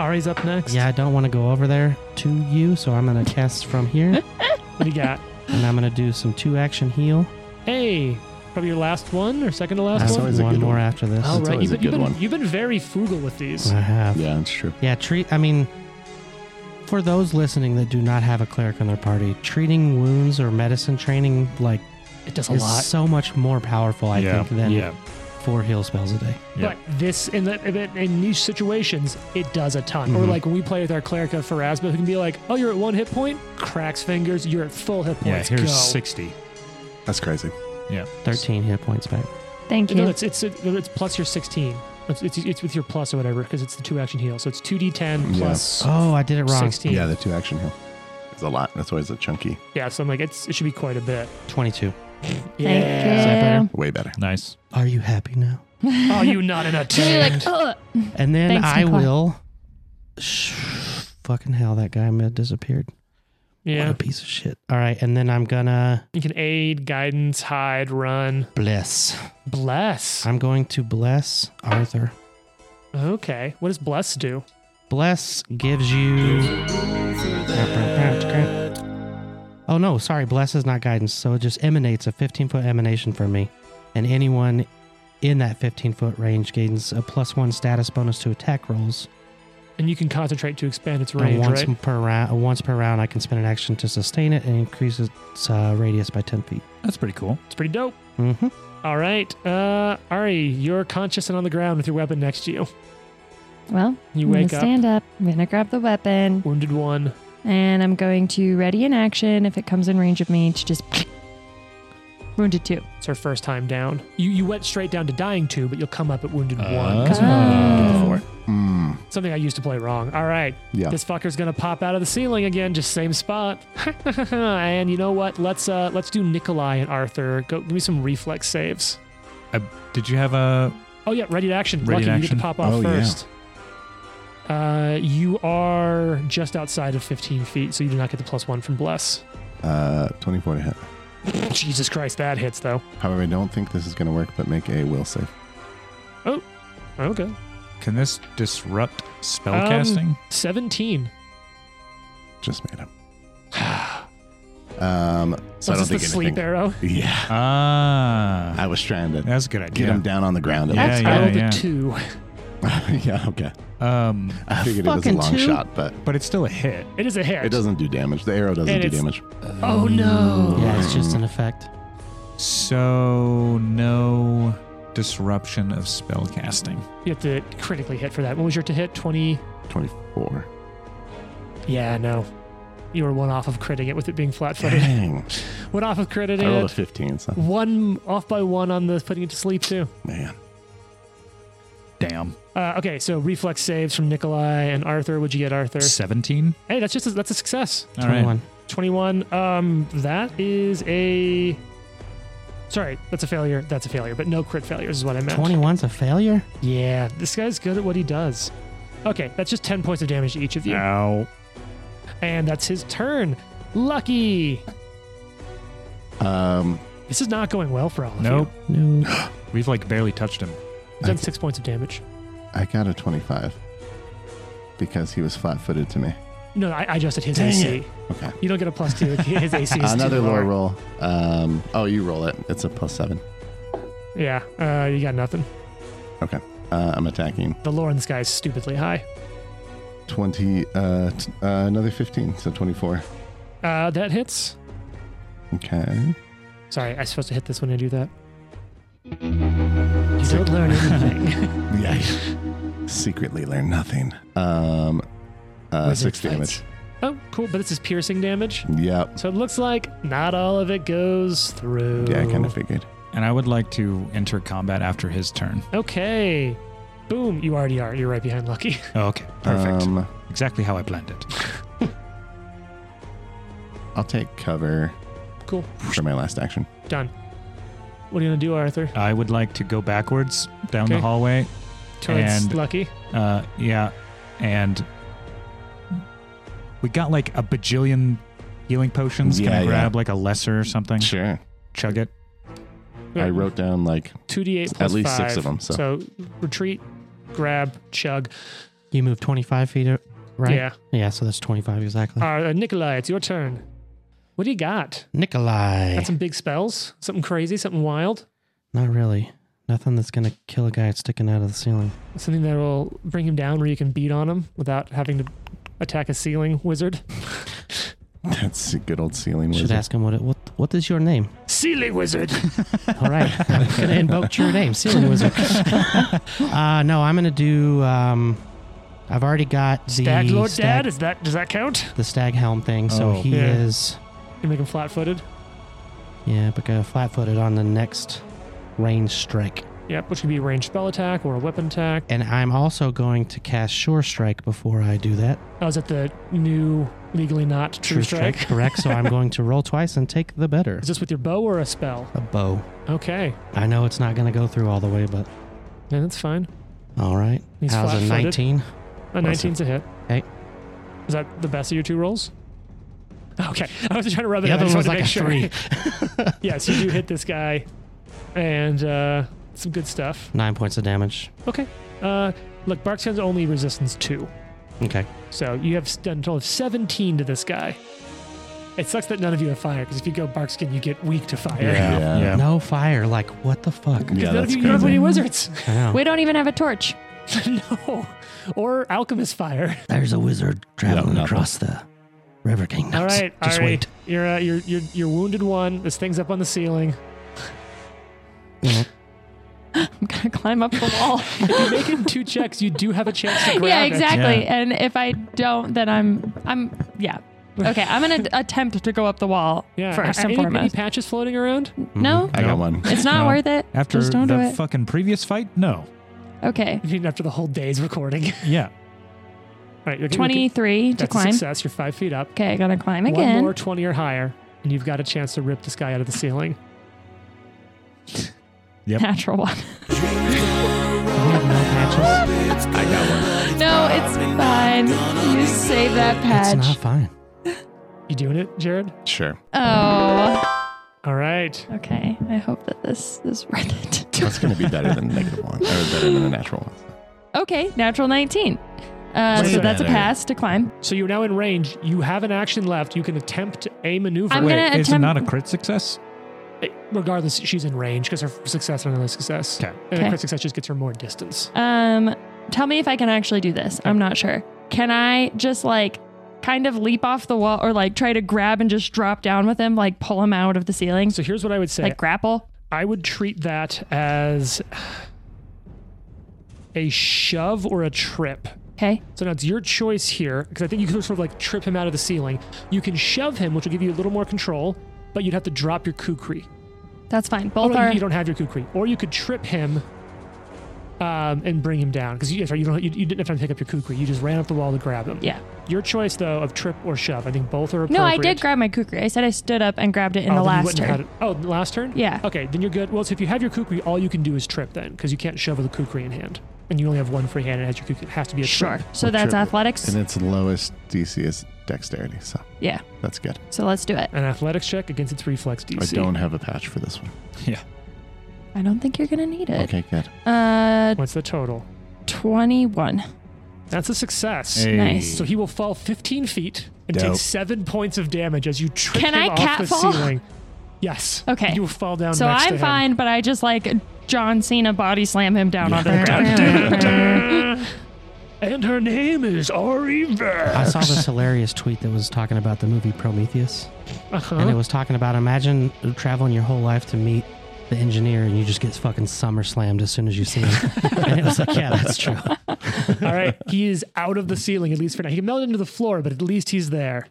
Ari's up next.
yeah, I don't want to go over there to you, so I'm gonna cast from here,
What do you got?
and I'm gonna do some two-action heal.
Hey, probably your last one or second to last
I
That's
have
one.
always a
one
good
more
one.
after this.
All
That's
right,
always
you've
a
been, you've,
good
been,
one.
you've been very frugal with these.
I have.
Yeah, that's true.
Yeah, treat. I mean, for those listening that do not have a cleric on their party, treating wounds or medicine training like
It does a
is
lot.
so much more powerful. I
yeah.
think than
yeah.
four heal spells a day.
Yeah.
But this in the in- in niche situations, it does a ton. Or
Mm-hmm.
Mhm.
like when we play with our cleric of Pharasma, who can be like, "Oh, you're at one hit point, cracks fingers. You're at full hit
Yeah.
points.
Here's
go."
sixty.
That's crazy.
Yeah.
Thirteen hit points back.
Thank
No,
you.
it's it's it's plus your sixteen. It's, it's, it's with your plus or whatever because it's the two action heal. So it's two d10
Yeah.
Uh.
plus
Oh, I did it wrong.
sixteen.
Yeah, the two action heal. It's a lot. That's always a chunky.
Yeah, so I'm like, it's it should be quite a bit.
Twenty-two.
yeah.
Thank
Way better.
Nice.
Are you happy now?
you.
Oh, you not in a
So you're
team.
like, oh. "Ugh."
And then
Thanks,
I
Nikolai.
will. Sh- fucking hell, that guy mid disappeared. What
yeah.
a piece of shit. All right, and then I'm gonna
You can aid, guidance, hide, run,
bless.
bless.
I'm going to bless Arthur.
Okay, what does bless do?
Bless gives you. Oh no, sorry. Bless is not guidance. So it just emanates a 15 foot emanation from me, and anyone in that 15 foot range gains a plus one status bonus to attack rolls.
And you can concentrate to expand its
And
range,
once
right?
per round, once per round, I can spend an action to sustain it and increase its uh, radius by 10 feet.
That's pretty cool.
It's pretty dope.
Mm-hmm.
All right, uh, Ari, you're conscious and on the ground with your weapon next to you.
well,
You
I'm gonna
wake up,
stand up. I'm going to grab the weapon
wounded one.
and I'm going to ready in action if it comes in range of me to just wounded two.
It's her first time down. You you went straight down to dying two, but you'll come up at wounded
Uh, Uh-huh.
one. 'Cause
Oh.
Go for it.
Mm,
Something I used to play wrong. All right,
yeah.
this fucker's gonna pop out of the ceiling again, just same spot. and you know what? Let's uh let's do Nikolai and Arthur. Go give me some reflex saves.
Uh, did you have a?
Oh yeah, ready to action. Lucky,
Ready to
you get
action.
to pop off
Oh, yeah.
first. Uh, you are just outside of 15 feet, so you do not get the plus one from bless.
Uh, 24 to hit.
Jesus Christ, that hits though.
However, I don't think this is going to work, but make a will save.
Okay,
Can this disrupt spellcasting?
17.
Just made up. um, so I
Is this
don't
the
think
sleep
anything.
arrow?
Yeah,
ah,
I was trying to
that's a good
get
idea.
him down on the ground.
Yeah,
At
That's I
yeah,
rolled a
yeah.
two.
least. yeah, okay.
Um,
I figured it was a
Fucking
long
two.
shot, but
but it's still a hit.
It is a hit.
it doesn't do damage. The arrow doesn't
And
do
it's-
damage. Mm,
Oh no.
Yeah, it's just an effect.
So no disruption of spellcasting.
You have to critically hit for that. What was your to hit? 20.
24.
Yeah, no. You were one off of critting it with it being flat footed.
Dang.
one off of critting
I rolled
it.
a 15, so
One off by one on the putting it to sleep too.
man.
Damn.
Uh, okay, so reflex saves from Nikolai and Arthur. Would you get Arthur?
Seventeen.
Hey, that's just a, that's a success.
All right.
21.
Twenty-one. Um, that is a. Sorry, that's a failure. That's a failure, but no crit failures is what I meant.
21's a failure?
Yeah, this guy's good at what he does. Okay, that's just ten points of damage to each of you,
Ow.
and that's his turn. Lucky.
Um,
This is not going well for all of
Nope.
you.
No.
We've like barely touched him.
He's done six points of damage.
I got a 25 because he was flat footed to me.
No, I, I just at his
Dang
AC.
it. Okay.
You don't get a plus two. His AC is
Another
too
lore
lower.
roll. Um, oh, you roll it. It's a plus seven.
Yeah, uh, you got nothing.
Okay. Uh, I'm attacking.
The lore in this guy is stupidly high.
20, uh, t- uh, another 15, so 24.
Uh, that hits.
Okay.
Sorry, I was supposed to hit this when I do that. You don't learn anything.
Yeah. Secretly learn nothing. Um, uh,
Wizard
six
fights.
damage.
oh, cool. But this is piercing damage.
Yep.
So it looks like not all of it goes through.
Yeah, I kind of figured.
And I would like to enter combat after his turn.
Okay. Boom. You already are. You're right behind Lucky.
Oh, okay, perfect.
Um,
exactly how I planned it.
I'll take cover
Cool.
for my last action.
Done. What are you going to do, Arthur?
I would like to go backwards down the
Okay.
hallway.
Towards
And-
Lucky?
Uh, yeah, and we got like a bajillion healing potions. Can
Yeah,
I
yeah.
grab like a lesser or something?
Sure.
Chug it.
I wrote down like
2d8
at
plus
least six
five.
of 'em, so.
retreat, grab, chug.
You move 25 feet, uh, right?
Yeah.
Yeah, so that's 25 exactly.
Uh, Nikolai, it's your turn. What do you got?
Nikolai.
Got some big spells? Something crazy? Something wild?
Not really. Nothing that's going to kill a guy sticking out of the ceiling.
Something that will bring him down where you can beat on him without having to attack a ceiling wizard?
that's a good old ceiling
Should
wizard.
ask him what it, what what is your name?
ceiling wizard!
All right, I'm gonna invoke your name, ceiling wizard. uh, no, I'm gonna do. Um, I've already got the
Stag Lord
stag-
Dad? Is that, does that count?
the stag helm thing, so
Oh.
he
Yeah.
is
You make him flat footed?
yeah, but go flat footed on the next range strike,
Yep, which can be a ranged spell attack or a weapon attack.
and I'm also going to cast shore strike before I do that.
Oh, is that the new legally not true, strike?
correct? So I'm going to roll twice and take the better.
Is this with your bow or a spell?
A bow.
Okay,
I know it's not gonna go through all the way, but
yeah, that's fine.
all right.
He's
How's a
flat-footed.
19?
A 19's a hit.
Okay.
Is that the best of your two rolls? Okay, I was trying to rub it.
The
in. I
other
just
one's
wanted
like
to
a
make sure.
three.
yes, you do hit this guy, and uh, some good stuff.
Nine points of damage.
Okay, uh, look, Barkskin's only resistance two,
Okay.
so you have done a total of 17 to this guy. It sucks that none of you have fire, because if you go Barkskin, you get weak to fire.
Yeah.
Yeah. yeah.
No fire. Like, what the fuck?
Yeah,
none of
that's
you you don't have
crazy.
any wizards.
I know.
We don't even have a torch.
no. Or alchemist fire.
There's a wizard traveling
nothing.
across the river kingdoms.
All right,
Just
all right.
wait.
You're, uh, you're you're you're wounded one. This thing's up on the ceiling.
I'm gonna climb up the wall.
If you make it two checks, you do have a chance to grab
yeah,
it.
exactly.
Yeah.
And if I don't, then I'm I'm yeah. Okay, I'm gonna d- attempt to go up the wall
Yeah.
first and
any, any
foremost.
patches floating around?
no,
I
No.
got one.
it's not
No.
worth it.
After
Just don't do
the
it.
fucking previous fight, no.
Okay,
I mean, after the whole day's recording.
Yeah.
All right, you're you're-
twenty-three to
That's a
climb.
success. You're five feet up.
Okay, I gotta climb
One
again.
more twenty or higher, and you've got a chance to rip this guy out of the ceiling.
Yep.
Natural one.
I got one.
No, it's fine. You save that
It's
patch.
not fine.
You doing it, Jared?
Sure.
Oh,
All right.
okay. I hope that this is worth it.
That's going to be better than negative one, or better than a natural one.
Okay, natural nineteen. Uh,
Wait
so
a
that's a
minute.
pass to climb.
So you're now in range. You have an action left. You can attempt a maneuver.
I'm
Wait,
gonna
is it
attempt-
not a crit success?
Regardless, she's in range because her success and another success.
Okay.
And a
Okay.
crit success just gets her more distance.
Um, tell me if I can actually do this. I'm not sure. Can I just like kind of leap off the wall or like try to grab and just drop down with him, like pull him out of the ceiling,
So here's what I would say.
like grapple?
I would treat that as a shove or a trip.
Okay.
So now it's your choice here, because I think you can sort of like trip him out of the ceiling. You can shove him, which will give you a little more control, but you'd have to drop your kukri.
That's fine.
Oh,
Both
no,
are.
you don't have your kukri. Or you could trip him um, and bring him down, because you, that's right, you, don't, you, you didn't have time to pick up your kukri. You just ran up the wall to grab him.
Yeah.
Your choice, though, of trip or shove. I think both are appropriate.
No, I did grab my kukri. I said I stood up and grabbed it in
Oh,
the
then you
last
wouldn't
turn.
have had it- Oh, the last turn?
Yeah.
Okay, then you're good. Well, so if you have your kukri, all you can do is trip then, because you can't shove with a kukri in hand. And you only have one free hand, and it has, your kukri. It has to be a
Sure.
trip.
So
Well,
that's
true.
athletics.
And its lowest DC is dexterity, so
yeah.
that's good.
So let's do it.
An athletics check against its reflex DC.
I don't have a patch for this one.
I don't think you're gonna need it.
Okay, good.
Uh,
What's the total?
21.
That's a success.
Hey.
Nice.
So he will fall 15 feet and
Dope.
take seven points of damage as you trip
Can
him
I
off the
catfall?
ceiling. Yes.
Okay.
You will fall down.
So
next to
I'm
him.
fine, but I just like John Cena body slam him down onto the ground.
And her name is Ari Ver.
I saw this hilarious tweet that was talking about the movie Prometheus.
Uh-huh.
And it was talking about imagine traveling your whole life to meet the engineer and you just get fucking summer slammed as soon as you see him. and it was like, yeah, that's true.
All right, he is out of the ceiling at least for now. He can melt into the floor, but at least he's there.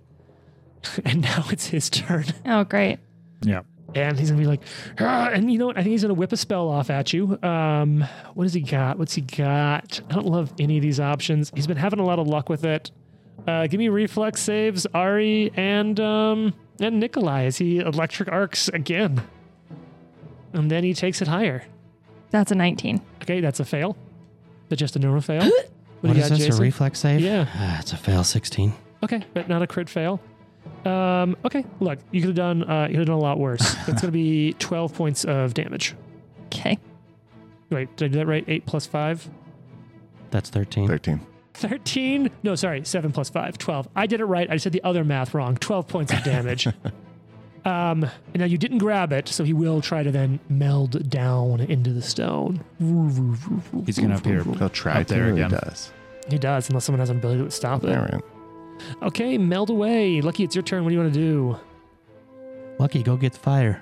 And now it's his turn,
oh, great.
Yeah.
and he's gonna be like, "Ah," and you know what? I think he's gonna whip a spell off at you. Um, what has he got? What's he got? I don't love any of these options. He's been having a lot of luck with it. Uh, give me reflex saves, Ari and um and Nikolai as he electric arcs again, and then he takes it higher.
That's a 19.
Okay, that's a fail. That's just a normal fail. What, do
What
you
is
got,
this?
Jason?
A reflex save?
Yeah.
Ah, it's a fail 16.
Okay, but not a crit fail. Um, okay, look, you could have done uh, you could have done a lot worse. That's gonna be twelve points of damage.
Okay.
Wait, did I do that right? Eight plus five?
That's 13.
13.
13? No, sorry, 7 plus 5, 12. I did it right. I said the other math wrong. 12 points of damage. um, and now you didn't grab it, so he will try to then meld down into the stone.
He's going to appear.
He'll try
Up
to.
there
There
again.
does.
He does, unless someone has an ability to stop
All
it.
right.
Okay, meld away. Lucky, it's your turn. What do you want to do?
Lucky, go get the fire.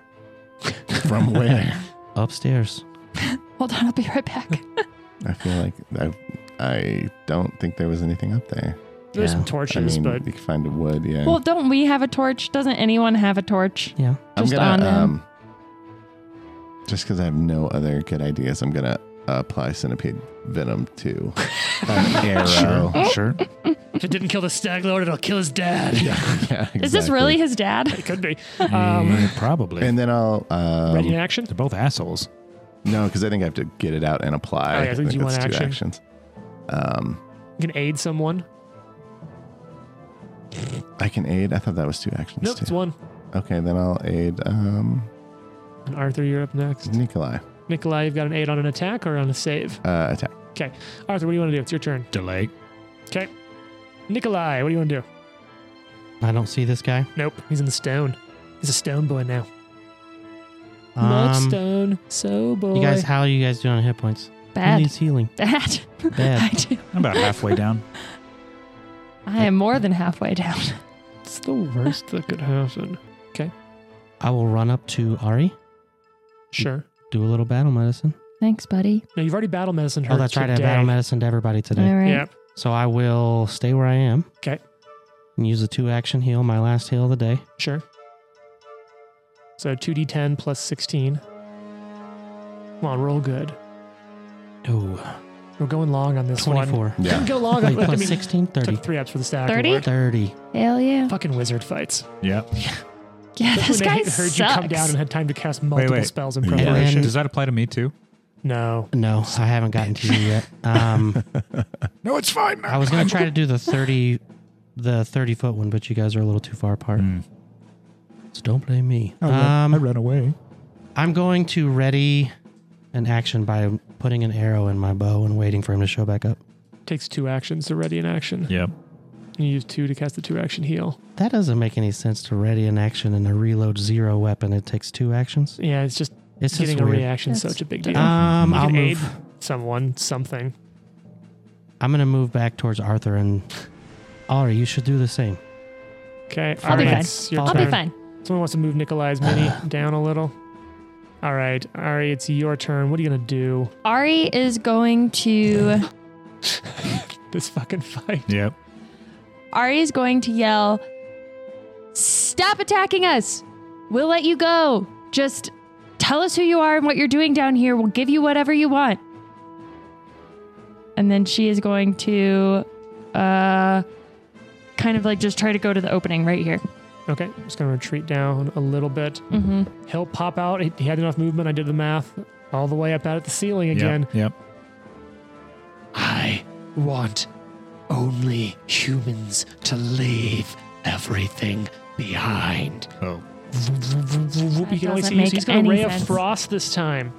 From where?
Upstairs.
Hold on, I'll be right back.
I feel like I, I don't think there was anything up there.
There's
Yeah,
some
I
I
torches,
mean,
but
you can find wood. Yeah.
well, don't we have a torch? Doesn't anyone have a torch?
Yeah.
I'm
Just
gonna,
on them.
um, just because I have no other good ideas, I'm gonna apply centipede venom to an arrow.
Sure. Sure.
if it didn't kill the stag lord, it'll kill his dad.
Yeah,
Is this
exactly.
really his dad?
It could be.
Eh,
Um,
probably.
And then I'll
ready in
um,
action?
They're both assholes.
no, because I think I have to get it out and apply.
Oh, yeah, I think you
that's
want
two
action.
actions. Um,
You can aid someone.
I can aid. I thought that was two actions.
Nope,
too.
it's one.
Okay, then I'll aid um,
And Arthur, you're up next.
Nikolai.
Nikolai, you've got an aid on an attack or on a save.
Uh, attack.
Arthur, what do you want to do? It's your turn.
Delay.
Nikolai, what do you want to do?
I don't see this guy.
Nope, he's in the stone. He's a stone boy now.
Um,
Mudstone, so boy.
you guys, how are you guys doing on hit points? Who
Bad.
needs healing?
Dad. I
Bad.
do.
I'm about halfway down.
I am more than halfway down.
it's the worst that could happen.
I will run up to Ari,
Sure.
do a little battle medicine.
Thanks, buddy.
No, you've already battle medicine her
Oh, that's right. I
today.
battle medicine to everybody today.
All right.
Yeah.
So I will stay where I am.
'Kay.
And use the two action heal, my last heal of the day.
Sure. So 2d10 plus 16. Come on, roll good.
Ooh,
We're going long on this one. Oh,
24.
Yeah.
Didn't go long on
Wait,
like, I
plus
mean,
16, 30.
took three ups for the stack.
30?
Lord.
30.
Hell yeah.
Fucking wizard fights.
Yeah.
Yeah,
That's
this
when they
guy
heard you come down
sucks.
and had time to cast multiple
wait.
spells in
Yeah.
preparation.
And-
Does that apply to me too?
No.
No, I haven't gotten to you yet. Um,
No, it's fine.
I was going to try to do the 30 the 30 foot one, but you guys are a little too far apart.
Mm.
So don't blame me.
Oh, I
Um,
ran away.
I'm going to ready an action by putting an arrow in my bow and waiting for him to show back up.
Takes two actions to ready an action.
Yeah.
You use two to cast the two action heal.
That doesn't make any sense to ready an action and a reload zero weapon. It takes two actions.
Yeah, it's just
It's just
getting a
weird.
reaction
That's-
such a big deal.
Um,
You
I'll
can
move.
aid someone, something.
I'm gonna move back towards Arthur and Ari. You should do the same.
Okay,
I'll be
Ari,
fine.
it's your
I'll
I'll be
turn.
fine.
Someone wants to move Nikolai's mini down a little. All right, Ari, it's your turn. What are you gonna do?
Ari is going to.
This fucking fight.
Yep.
Ari is going to yell, Stop attacking us! We'll let you go! Just tell us who you are and what you're doing down here. We'll give you whatever you want. And then she is going to uh, kind of like just try to go to the opening right here.
Okay, just gonna retreat down a little bit.
Mm-hmm.
He'll pop out. He he had enough movement. I did the math. All the way up out at the ceiling again.
Yep. yep.
I want only humans to leave everything behind.
Oh.
Vroom, vroom, vroom, vroom, vroom.
That
You can only
doesn't
see he's,
make
he's gonna
any
ray of
sense.
frost this time.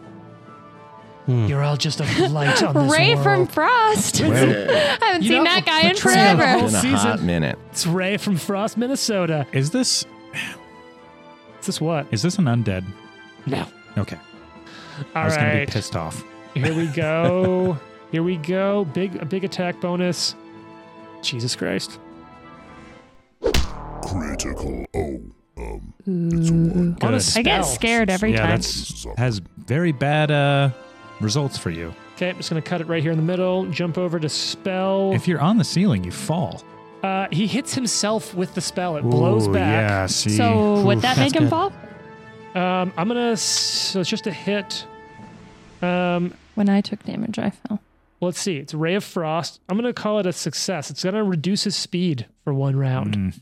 Hmm.
You're all just a blight on this
Ray
world.
from Frost.
Well,
I haven't
You know,
seen that guy in
but you know, the
forever.
whole
it's been a hot
season.
minute.
It's Ray from Frost, Minnesota.
Is this
Is this what?
is this an undead?
No.
Okay.
All
I was gonna
right.
be pissed off.
Here we go. Here we go. Big a big attack bonus. Jesus Christ.
Critical. Oh, um, it's a one.
On a
Good.
I get
spell.
scared every
yeah,
time.
that's has very bad uh results for you.
Okay, I'm just gonna cut it right here in the middle. Jump over to spell.
If you're on the ceiling, you fall.
Uh, he hits himself with the spell. It blows
Ooh,
back.
Yeah, see.
so would
Oof,
that make him
that's good.
fall?
Um, I'm gonna. s- So it's just a hit. Um,
When I took damage, I fell.
let's see. It's Ray of Frost. I'm gonna call it a success. It's gonna reduce his speed for one round.
Mm.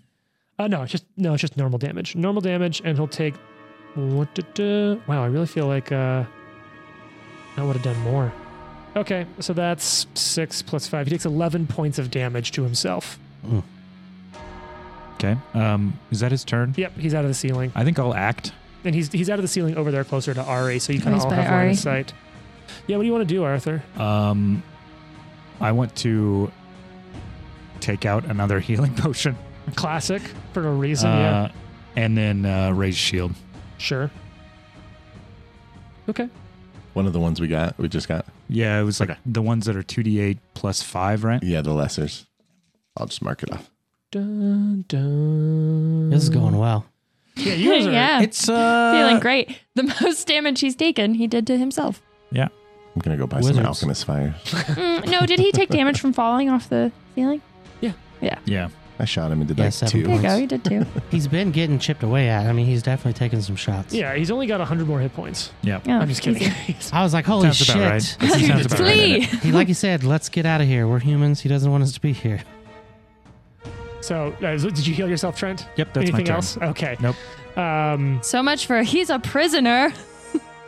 Uh, no, it's just no, it's just normal damage. Normal damage, and he'll take. What? da- da- Wow, I really feel like uh, I would have done more. Okay, so that's six plus five. He takes eleven points of damage to himself.
Okay. Um, is that his turn?
Yep, he's out of the ceiling,
I think I'll act.
and he's he's out of the ceiling over there, closer to Ari. So you kind of
He's
all
by
have line
Ari.
of sight. Yeah, what do you want to do, Arthur?
Um, I want to take out another healing potion.
Classic for no reason. yeah,
uh, And then uh, raise shield.
sure. Okay.
One of the ones we got, we just got.
Yeah, it was like the ones that are 2d8 plus 5, right?
Yeah, the lessers. I'll just mark it off.
Dun, dun.
This is going well.
Yeah, you guys are.
yeah,
It's uh
feeling great. The most damage he's taken, he did to himself.
I'm gonna go buy some
Wizards.
alchemist fire.
Mm, no, did he take damage from falling off the ceiling?
Yeah.
I shot him and did
Yeah,
like
seven
two.
There you go.
Once.
He did too.
He's been getting chipped away at. I mean, he's definitely taking some shots.
Yeah, he's only got hundred more hit points.
Yeah,
I'm just kidding.
Oh, easy.
I was like, holy
sounds
shit.
about right. This sounds about
Flee.
right.
he, like he said, let's get out of here. We're humans. He doesn't want us to be here.
So, uh, so did you heal yourself, Trent?
Yep, that's my
Anything
turn.
else? Okay.
Nope.
Um,
So much for he's a prisoner.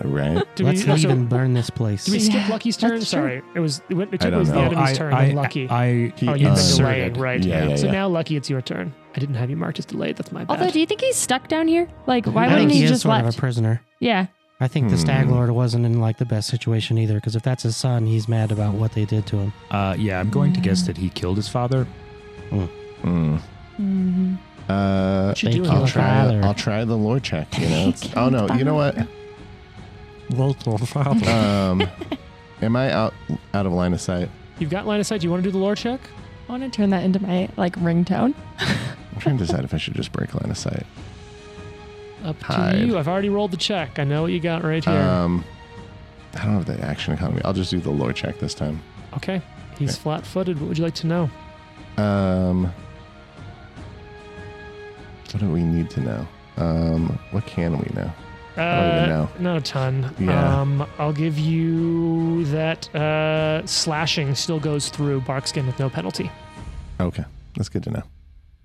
Right?
do
let's
we,
leave
so,
and burn this place.
do we skip
Yeah,
Lucky's turn?
that's true.
Sorry, it was it, went, it
I
took
don't
was the
know.
enemy's turn. and Lucky.
Oh, I,
He
oh, you've been
inserted.
delayed, right?
Yeah, yeah,
so
yeah.
now, Lucky, it's your turn. I didn't have you marked as delayed. That's my bad.
Although, do you think he's stuck down here? Like, why
I
wouldn't
think
he,
he is
just
sort
left?
of a prisoner.
yeah,
I think the Stag
Hmm.
Lord wasn't in like the best situation either, because if that's his son, he's mad about what they did to him.
uh, yeah, I'm going to guess that he killed his father.
Mm.
mm
Uh,
Should do
Thank
it
you.
I'll
like
try.
Father.
I'll try the lore check. You know.
He
It's- oh
killed
no. You know what?
father.
Um, am I out out of line of sight?
You've got line of sight. Do you want to do the lore check?
I want to turn that into my like ringtone.
I'm trying to decide if I should just break line of sight.
Up to
Hide.
you. I've already rolled the check. I know what you got right here.
Um, I don't have the action economy. I'll just do the lore check this time.
okay. He's
Uh, okay.
flat-footed. What would you like to know?
Um, what do we need to know? Um, what can we know? don't even know.
Uh, Not a ton.
Yeah.
Um, I'll give you that uh, slashing still goes through Barkskin with no penalty.
Okay, that's good to know.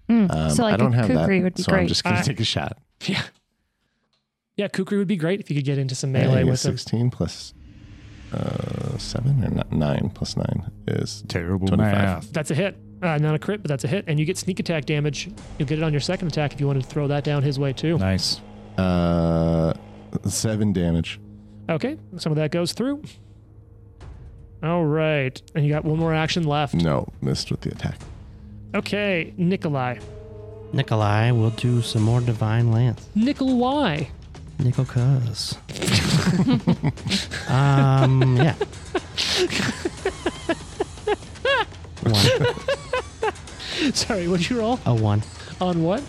Mm.
Um,
so like
I don't
a
have that,
kukri would be
so
great.
I'm just gonna
Uh,
take a shot.
Yeah. Yeah, Kukri would be great if you could get into some
I
melee
think
with
it's
him.
sixteen plus uh, seven or not nine plus nine is
Terrible
25.
math.
That's a hit. Uh, not a crit, but that's a hit. And you get sneak attack damage. You'll get it on your second attack if you wanted to throw that down his way, too.
Nice.
uh seven damage.
Okay, some of that goes through. All right. And you got one more action left.
No, missed with the attack.
Okay, Nikolai.
Nikolai will do some more Divine Lance.
Nikolai.
Nickel Cuz. um, yeah. one.
Sorry, what did you roll?
A one.
On what?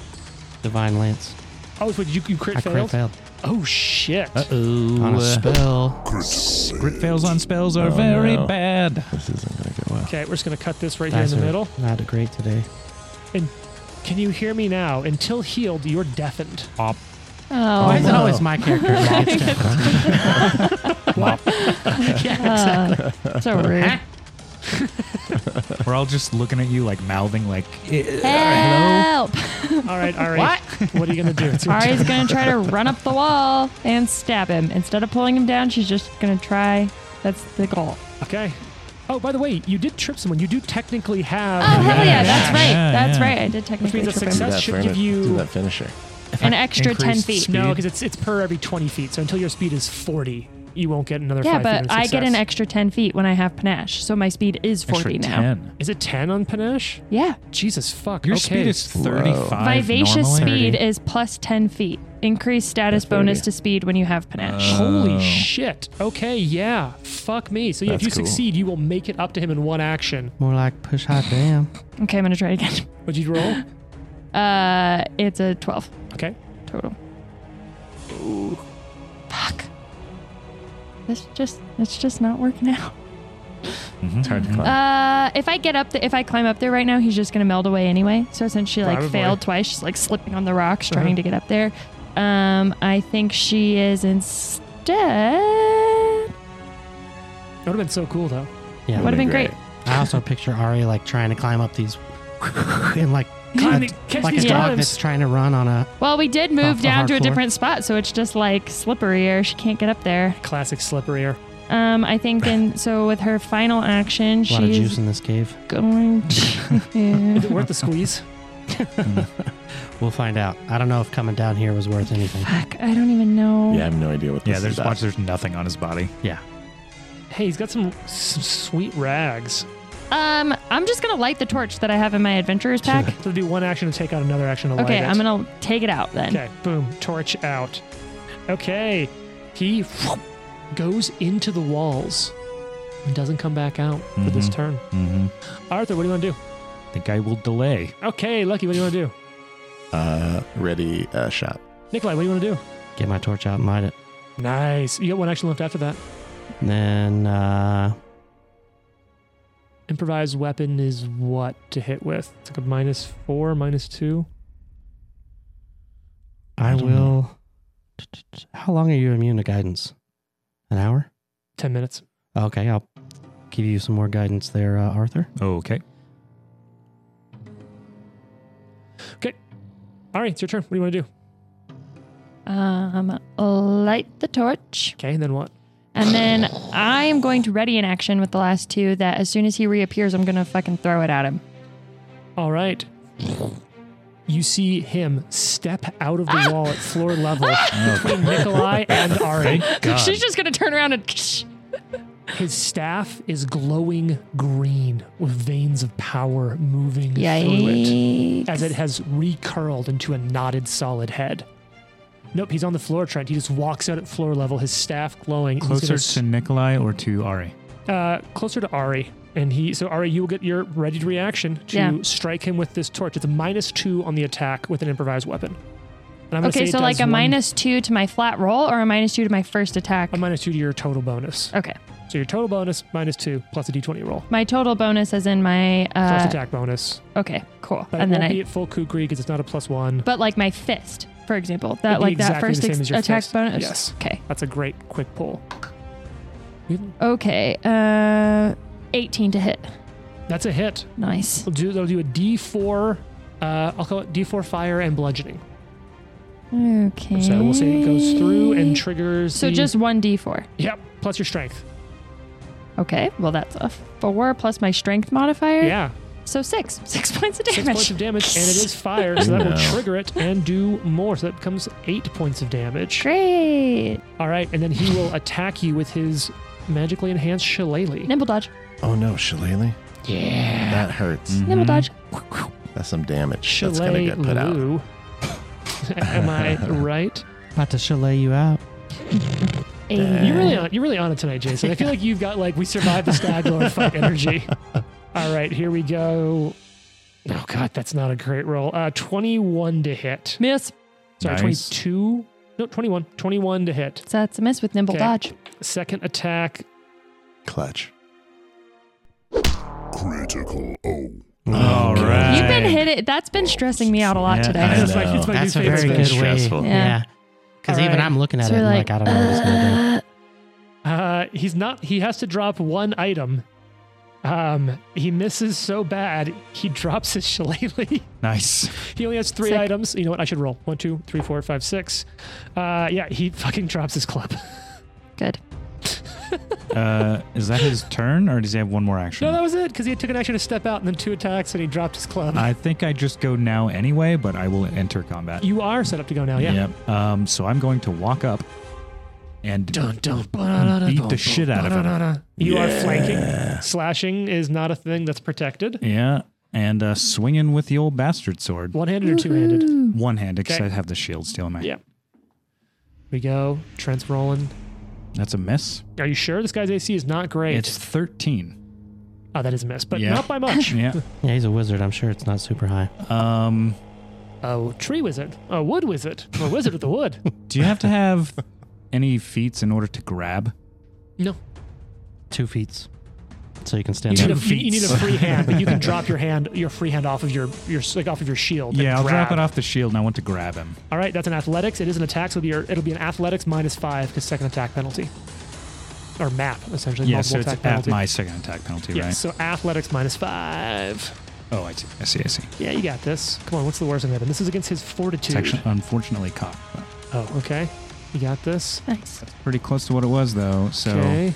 Divine Lance.
Oh, wait, you, you crit
I crit
failed?
failed.
Oh, shit.
oh.
Uh,
On a spell.
Critical.
Crit fails on spells are
Oh,
very
no.
bad.
This isn't gonna go well.
Okay, we're just gonna cut this right
Dice
here in the
are
middle.
Not great today.
Can you hear me now? Until healed, you're deafened.
Op.
oh,
Why is it
no.
always my character? that gets down?
uh, so rude.
We're all just looking at you like mouthing like "Eh, uh,
Help!
All right, Ari. what? What are you gonna do? It's your
Ari's gonna try to run up the wall and stab him. Instead of pulling him down, she's just gonna try. That's the goal.
turn. Okay. Oh, by the way, you did trip someone. You do technically have.
Oh hell
yeah,
yeah! That's
yeah,
right.
yeah,
that's
yeah.
right. I did technically
means a
trip him.
Do
success.
that,
should
furni-
give you-
do that finisher.
An extra ten
increased
feet.
speed.
No, because it's it's per every 20 feet. So until your speed is 40, you won't get another
Yeah,
five feet
but
of
I get an
success.
extra 10 feet when I have panache. So my speed is 40
Extra
now.
10.
Is it 10 on Panache?
Yeah.
Jesus fuck.
Your
okay.
speed is 35.
Vivacious
normally.
speed is plus 10 feet. Increased status
That's 30.
bonus to speed when you have panache.
Oh.
Holy shit. Okay, yeah. Fuck me. So yeah, if you
That's cool.
succeed, you will make it up to him in one action.
More like push hot damn.
Uh.
Okay, I'm going to try it again.
Would you roll?
Uh, It's a 12
Okay.
total. Fuck. This just, it's just not working out.
Mhm.
It's hard to climb.
Uh, if I get up, the, if I climb up there right now, he's just gonna meld away anyway. So since she like
Probably.
failed twice, she's like slipping on the rocks trying to get up there. Um, I think she is instead.
That would have been so cool though.
Yeah.
Would have been great.
I also picture Ari like trying to climb up these and like
Climbing, catch
like a
these
dog
climbs.
that's trying to run on a
Well, we did
Off
move
the
down
hard
to a
floor.
different spot, so it's just like slipperier. She can't get up there.
Classic slipperier.
Um, I think, and so with her final action,
lot of juice
she's
in this cave.
going
Is
to.
it worth the squeeze?
We'll find out. I don't know if coming down here was worth anything.
Fuck, I don't even know.
Yeah, I have no idea what this
Yeah,
is
there's
about.
watch. There's nothing on his body.
Hey, he's got some, some sweet rags.
Um, I'm just gonna light the torch that I have in my adventurers pack.
So do one action to take out another action to light
okay,
it.
I'm gonna take it out then.
Okay, boom, torch out. Okay, he goes into the walls and doesn't come back out for this
Mhm.
turn.
Mm-hmm.
Arthur, what do you want to do?
Think I will delay.
Okay, Lucky, what do you want to do?
Uh, ready uh, shot.
Nikolai, what do you want to
Get my torch out, and light it.
do? Nice. You got one action left after that.
And then uh
Improvised weapon is what to hit with? It's like a minus four, minus two.
I,
I don't
will. How long are you immune to guidance? An hour?
Ten minutes.
Okay, I'll give you some more guidance there, uh, Arthur.
Oh, Okay.
All right, it's your turn. What do you want to do?
Um, light the torch,
Okay, then what?
and then I am going to ready an action with the last two. That as soon as he reappears, I'm gonna fucking throw it at him.
All right. You see him step out of the wall at floor level between Nikolai and Ari.
She's just gonna turn around and.
His staff is glowing green with veins of power moving through it as it
Yikes!
has recurled into a knotted solid head. Nope, he's on the floor, Trent. He just walks out at floor level, his staff glowing. and he's
Closer
gonna
to Nikolai or to Ari?
uh, closer to Ari, and he. So Ari, you will get your ready reaction to
Yeah.
strike him with this torch. It's a minus two on the attack with an improvised weapon. And I'm gonna say
Okay,
it
so like
does
a
one-
minus two to my flat roll or a minus two to my first attack.
a minus two to your total bonus.
Okay,
So your total bonus minus two plus a d20 roll
my total bonus is in my.
plus
Uh,
attack bonus,
okay, cool.
but
and
it
then
won't
I.
be at full kukri because it's not a plus one.
But like my fist, for example,
It'd
that
be
like that
exactly the
first
same
ex-
as your
attack
fist.
bonus.
Yes.
Okay.
That's a great quick pull.
Okay. Uh, 18 to hit.
That's a hit.
Nice.
We'll do. They'll do a d4. Uh, I'll call it d4 fire and bludgeoning.
Okay.
So we'll say it goes through and triggers.
Eh. So
the-
just one d4.
yep plus your strength.
Okay. Well, that's a four plus my strength modifier.
Yeah.
So six. Six points of
six
damage.
points of damage, and it is fire, so that will
No.
trigger it and do more. So that becomes eight points of damage.
Great.
All right, and then he will attack you with his magically enhanced shillelagh.
Nimble dodge.
Oh no, Shillelagh.
Yeah, Mm.
That hurts.
Nimble
Mhm.
Mm-hmm.
dodge.
That's some damage that's gonna get put out.
shillelagh. Am I right?
About to chalet you out.
You're really on. You're really on it tonight, Jason. I feel like you've got like we survived the stag lord fight energy. All right, here we go. Oh god, that's not a great roll. Uh, 21 to hit.
Miss.
Sorry,
Nice.
22. No, 21. 21 to hit.
So that's a miss with nimble
Okay.
dodge.
Second attack,
Clutch.
Critical. Oh.
All
Okay.
right.
You've been hit it. That's been stressing me out a lot
Yeah,
today.
I
That's my-
know.
it's my
That's a
new favorite
very
thing.
good
Stressful.
way.
Yeah.
Yeah. Because
All
even
right.
I'm looking at
So
it
we're
and
like,
like, I don't know this number.
uh,
Uh, he's not. He has to drop one item. Um, he misses so bad he drops his shillelagh.
Nice.
he only has three
Sick.
items. You know what? I should roll one, two, three, four, five, six. Uh, yeah, he fucking drops his club.
good.
Uh, is that his turn, or does he have one more action?
no, that was it because he took an action to step out and then two attacks and he dropped his club.
I think I just go now anyway, but I will enter combat.
you are set up to go now. oh, Yeah.
Yep. Um, so I'm going to walk up and
Dun, dun,
beat the shit out of him.
You are flanking. Slashing is not a thing that's protected.
Yeah, and uh, swinging with the old bastard sword,
One handed or two handed?
one handed because
Hmm. Okay.
I have the shield still in my.
Yeah. We go. Trent's rolling.
That's a miss.
Are you sure this guy's AC is not great?
It's thirteen.
oh, that is a miss, but
Yeah.
not by much.
Yeah.
Yeah, he's a wizard. I'm sure it's not super high.
Um.
a Oh, tree wizard, a wood wizard, a wizard with the wood.
Do you have to have any feats in order to grab?
No,
Two feet. So you can
you
stand
need, a,
up.
free- you need a free hand, but you can drop your hand, your free hand off of your, your like off of your shield. and
Yeah, I'll drop
grab.
it off the shield, and I want to grab him.
All right, that's an athletics. It is an attack, so it'll be, your, it'll be an athletics minus five because second attack penalty, or map essentially.
yeah,
multiple
so it's
attack
at
penalty.
my second attack penalty,
yeah, so athletics minus five.
right? Oh, I see. I see. I see.
Yeah, you got this. Come on, what's the worst that can happen? This is against his
It's
fortitude.
actually unfortunately cocked. but
Oh, okay. You got this.
Nice.
Pretty close to what it was though. So
Okay.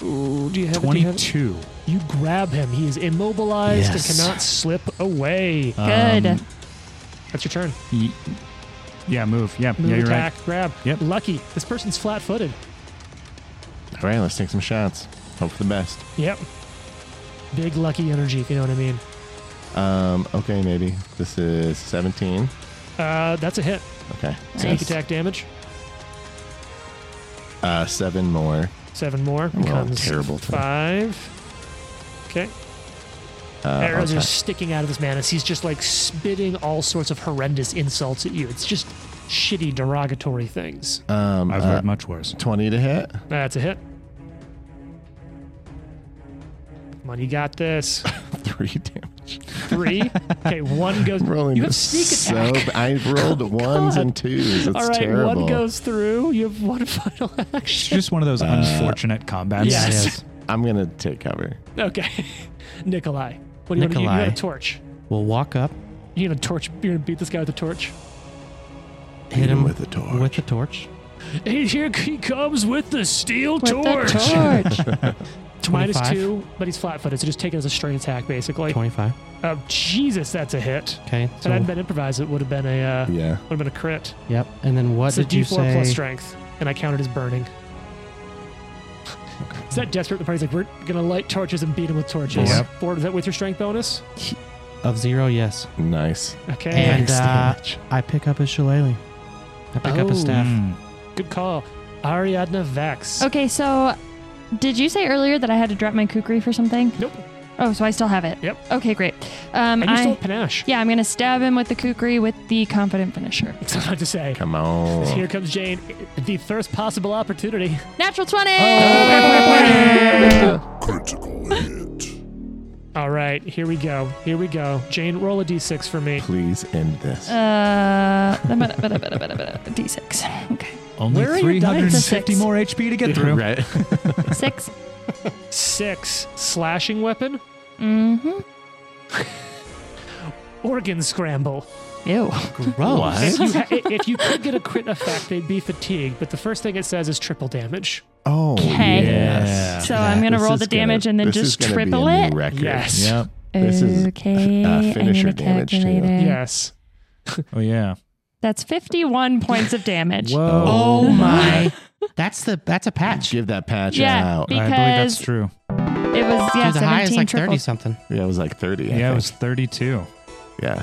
Ooh, do you have it? Do you have it?
twenty-two.
You grab him. He is immobilized
Yes.
and cannot slip away.
Good.
Um,
That's your turn.
y- yeah, move. Yeah,
Move,
yeah, you're
attack, grab.
Yep.
Lucky. This person's flat footed.
All right, let's take some shots. Hope for the best.
Yep. Big lucky energy, if you know what I mean.
Um, okay, maybe. This is 17.
Uh, that's a hit.
Okay.
Sneak attack damage.
Uh, seven more.
Seven more.
I'm rolling
Becomes
terrible today.
Five. Okay.
Uh, I'll
Arrows are
attack.
sticking out of this man as he's just like spitting all sorts of horrendous insults at you. It's just shitty, derogatory things.
um,
right. I've
uh,
heard much worse.
20 to hit.
That's a hit. Come on, you got this.
Three damage.
Three. okay, one goes.
Rolling
you have
so
sneak attack. Oh,
b- I rolled ones and twos. It's
All right,
terrible.
one goes through. You have one final
It's
action.
just one of those unfortunate combats.
uh, Yeah, it
Yes.
is.
I'm going to take cover.
Okay, Nikolai. What do you want to do? You
Nikolai.
got a torch.
We'll walk up,
You gonna torch? You're gonna beat this guy with a torch.
hit him
with a torch.
With the torch.
Hey, here he comes with the steel
With
torch.
the torch.
Minus
25.
two, but he's flat-footed, so just take it as a straight attack, basically.
25.
Oh Jesus, that's a hit.
Okay.
Had I
So,
been improvised, it would have been a uh,
Yeah.
would have been a crit.
yep. And then what
It's a
did you
D4
say?
plus strength, and I counted as burning. Is that desperate? The party's like, we're gonna light torches and beat him with torches.
Yep.
Four, is that with your strength bonus?
Of zero, yes.
Nice.
Okay.
And
Thanks so
uh,
much.
I pick up his shillelagh. I pick up his
Oh.
staff.
Mm.
Good call. Ariadna Vex.
Okay, so did you say earlier that I had to drop my kukri for something?
Nope.
Oh, so I still have it.
Yep.
Okay, great. Um,
And you
I,
still have panache.
yeah, I'm gonna stab him with the kukri with the confident finisher.
That's what I have to say.
Come on.
Here comes Jane. The first possible opportunity.
Natural twenty.
Oh.
Critical hit.
All right, here we go. Here we go. Jane, roll a d6 for me.
Please end this.
Uh, bada, bada, bada, bada, bada, bada, d6. Okay,
Only
Where are your dice?
350 more HP to get through.
right.
six.
Six. Slashing weapon.
Mm-hmm.
Organ scramble.
Ew.
If you, ha- if you could get a crit effect, they'd be fatigued, but the first thing it says is triple damage.
Oh,
Okay.
yes.
So I'm gonna
This
roll
is
the damage and then
this is
just
gonna be
triple
a
it?
New record.
Yes.
Yep.
This is,
okay.
uh,
I need
finisher
a
damage, too.
calculator.
Yes.
Oh yeah.
That's 51 points of damage.
Whoa.
Oh my. that's the that's a patch.
Give that patch
Yeah,
out.
I believe that's
because-
true.
It was yeah,
Dude, the highest
17
like
triple.
30 something.
Yeah, it was like 30. I
yeah, it
think.
was 32.
Yeah.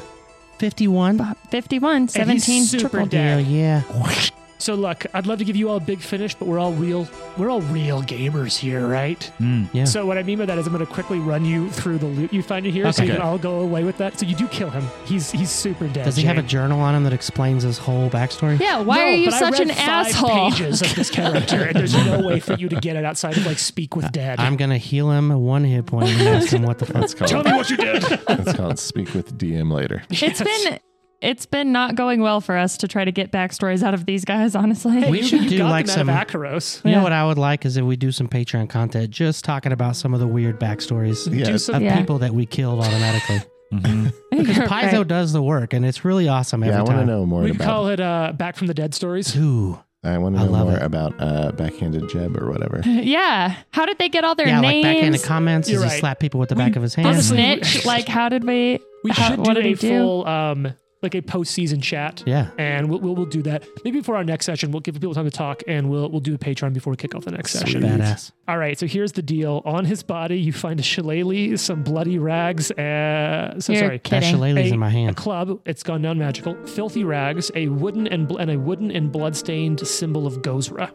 51.
51, 17
he's super
triple.
dead.
Yeah, yeah.
So look, I'd love to give you all a big finish, but we're all real we're all real gamers here, right?
Mm.
Yeah.
So what I mean by that is I'm going to quickly run you through the loot you find in here, so you
Okay.
can all go away with that. So you do kill him. He's he's super dead.
Does he have a
Jane.
journal on him that explains his whole backstory?
Yeah, why
No,
are you
but I
such
read
an
five
asshole?
Pages of this character, and there's no way for you to get it outside of like speak with dead.
Uh, I'm gonna heal him one hit point and ask him what the fuck's
That's
Tell
called,
me what you did.
that's called Speak with DM later.
It's been it's been not going well for us to try to get backstories out of these guys, honestly.
We should
you
do
got
like
them
some.
out of Akaros.
You
Yeah.
know what I would like is if we do some Patreon content, just talking about some of the weird backstories
Yeah.
Do some
of
Yeah.
people that we killed automatically.
Mhm.
Because
You're
Paizo
right.
does the work, and it's really awesome every
Yeah, I want to
time.
know more
We could
about.
call it uh, Back from the Dead stories.
Ooh.
I want
I
to know
love
more
it.
about uh, backhanded Jeb or whatever.
Yeah. How did they get all their
yeah, like
names? Mm.
back in the comments,
You're
does
right.
he slap people with the
We-
back of his
the
hand?
honestly-
snitch? like how did we
We
how,
should
what
do
did
a
he do?
full um, like a postseason chat.
Yeah.
And we'll, we'll, we'll do that. Maybe before our next session, we'll give people time to talk and we'll, we'll do a Patreon before we kick off the next session.
Badass.
All right, so here's the deal. On his body, you find a shillelagh, some bloody rags, uh, so
You're
sorry,
That
kidding.
shillelagh's
Hey.
in my
a
hand.
club. It's gone non-magical. Filthy rags, a wooden and bl- and a wooden and blood-stained symbol of Gozra.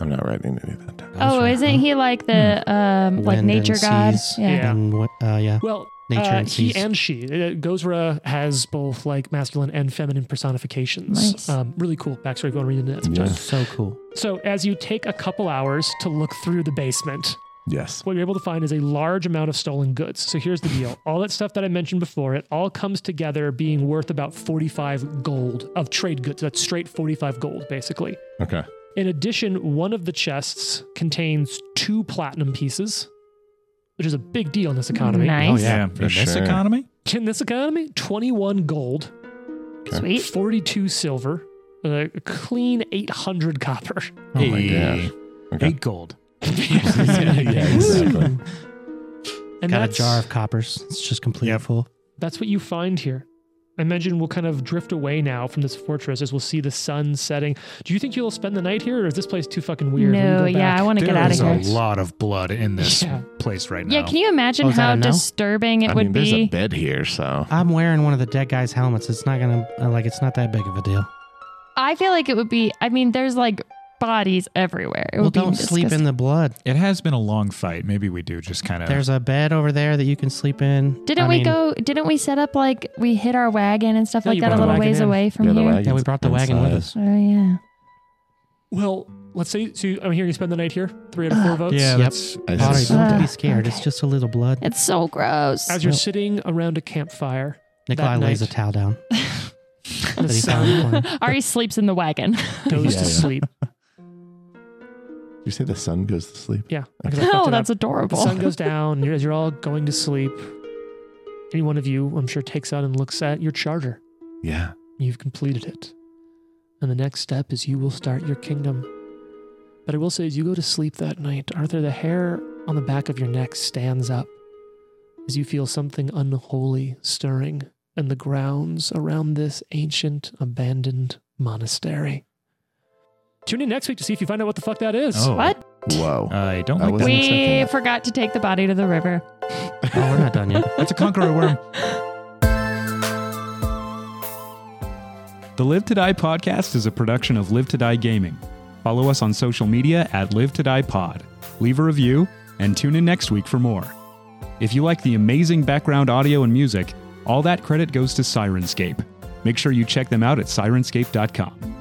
I'm not writing any of that down.
Oh, isn't he like the um like
Hmm. Wind
nature
and
god?
seas.
Yeah.
Yeah.
And what? Uh, yeah.
Well,
Nature
uh,
and
he
seas.
and she. Uh, Gozra has both like masculine and feminine personifications.
Nice.
Um, really cool backstory. Go and read into that. sometime.
Yeah.
So cool.
So as you take a couple hours to look through the basement,
Yes.
what you're able to find is a large amount of stolen goods. So here's the deal: all that stuff that I mentioned before, it all comes together being worth about 45 gold of trade goods. That's straight 45 gold, basically.
Okay.
In addition, one of the chests contains two platinum pieces, which is a big deal in this economy.
Nice.
in
For
this
sure.
economy,
In this economy, 21 gold,
Sweet.
42 silver, a clean 800 copper.
Oh my
Hey.
gosh. Okay.
eight gold.
yeah, exactly.
And
Got a
that's,
jar of coppers. It's just completely
Yep.
full.
that's what you find here. I imagine we'll kind of drift away now from this fortress as we'll see the sun setting. Do you think you'll spend the night here, or is this place too fucking weird? Will you
No,
go
yeah,
back?
I want to get
There
out of
is a
here.
lot of blood in this
Yeah.
place right now.
Yeah, can you imagine
Oh, is that
how
a no?
disturbing it
I
would
mean, there's a
be?
bed here, so
I'm wearing one of the dead guy's helmets. It's not gonna uh, like. It's not that big of a deal.
I feel like it would be. I mean, there's like bodies everywhere. It
well,
would be
don't sleep in
disgusting.
the blood.
it has been a long fight. Maybe we do just kind of.
There's a bed over there that you can sleep in.
Didn't
I
we
mean,
go? Didn't we set up like we hit our wagon and stuff
Yeah,
like
you
that
brought
a
the
little
wagon
ways
in.
away from
yeah, the
here?
wagon's
Yeah, we brought the wagon with
inside.
us.
Oh yeah.
Well, let's say, so you- I'm hearing you spend the night here, three out of four votes.
yeah,
Yep.
that's
I
Body,
just-
don't
Uh,
be scared.
okay.
It's just a little blood.
It's so gross.
As you're
Well-
sitting around a campfire,
Nikolai
that
lays a
night-
towel down.
the
that he found in the
sun
corner.
Ari sleeps in the wagon.
goes
Yeah,
to
yeah.
sleep.
you say the sun goes to sleep.
Yeah. because I fucked
oh,
it up.
that's adorable.
The sun goes down, and you're, as you're all going to sleep, any one of you, I'm sure, takes out and looks at your charter.
Yeah.
You've completed it. And the next step is you will start your kingdom. But I will say, as you go to sleep that night, Arthur, the hair on the back of your neck stands up as you feel something unholy stirring in the grounds around this ancient, abandoned monastery. Tune in next week to see if you find out what the fuck that is.
oh,
What?
Whoa.
I don't
I
like
wasn't
that.
expecting
We
that.
forgot to take the body to the river.
Oh, we're not done yet.
That's a conqueror worm. The Live to Die podcast is a production of Live to Die Gaming. Follow us on social media at Live to Die Pod. Leave a review and tune in next week for more. If you like the amazing background audio and music, all that credit goes to Sirenscape. Make sure you check them out at sirenscape.com.